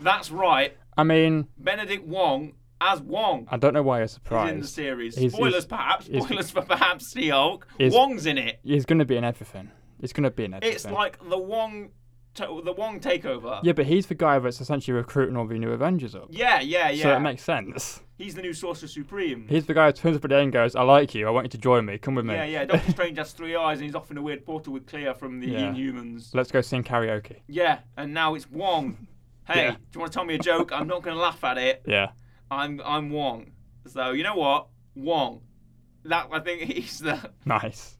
[SPEAKER 1] That's right,
[SPEAKER 2] I mean,
[SPEAKER 1] Benedict Wong as Wong
[SPEAKER 2] I don't know why you're
[SPEAKER 1] is in the
[SPEAKER 2] surprised.
[SPEAKER 1] series.
[SPEAKER 2] He's-
[SPEAKER 1] Spoilers,
[SPEAKER 2] he's-
[SPEAKER 1] perhaps.
[SPEAKER 2] he's-
[SPEAKER 1] Spoilers for perhaps She-Hulk.
[SPEAKER 2] He's-
[SPEAKER 1] Wong's in it.
[SPEAKER 2] He's going to be in everything. He's going to be in everything.
[SPEAKER 1] It's like the Wong, to- the Wong takeover.
[SPEAKER 2] yeah, but he's the guy that's essentially recruiting all the new Avengers up.
[SPEAKER 1] yeah, yeah.
[SPEAKER 2] So
[SPEAKER 1] yeah.
[SPEAKER 2] it makes sense.
[SPEAKER 1] He's the new Sorcerer Supreme.
[SPEAKER 2] He's the guy who turns up at the end and goes, I like you, I want you to join me, come with me.
[SPEAKER 1] yeah, yeah. Doctor Strange has three eyes, and he's off in a weird portal with Clea from the
[SPEAKER 2] Yeah.
[SPEAKER 1] Inhumans.
[SPEAKER 2] Let's go sing karaoke.
[SPEAKER 1] Yeah, and now it's Wong. Hey,
[SPEAKER 2] Yeah.
[SPEAKER 1] do you want to tell me a joke? I'm not going to laugh at it.
[SPEAKER 2] Yeah.
[SPEAKER 1] I'm I'm Wong. So you know what, Wong. That I think he's the
[SPEAKER 2] Nice.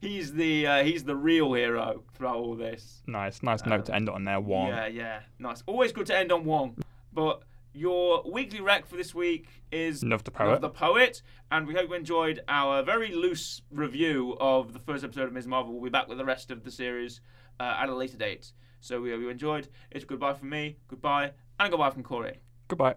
[SPEAKER 1] he's the uh, he's the real hero throughout all this.
[SPEAKER 2] Nice. Nice note to end it on there, Wong.
[SPEAKER 1] Um, Yeah, yeah. Nice. Always good to end on Wong. But your weekly rec for this week is
[SPEAKER 2] Love the
[SPEAKER 1] Love
[SPEAKER 2] poet.
[SPEAKER 1] the Poet. And we hope you enjoyed our very loose review of the first episode of Ms. Marvel. We'll be back with the rest of the series uh, at a later date. So we hope you enjoyed. It's goodbye from me, goodbye, and goodbye from Corey.
[SPEAKER 2] Goodbye.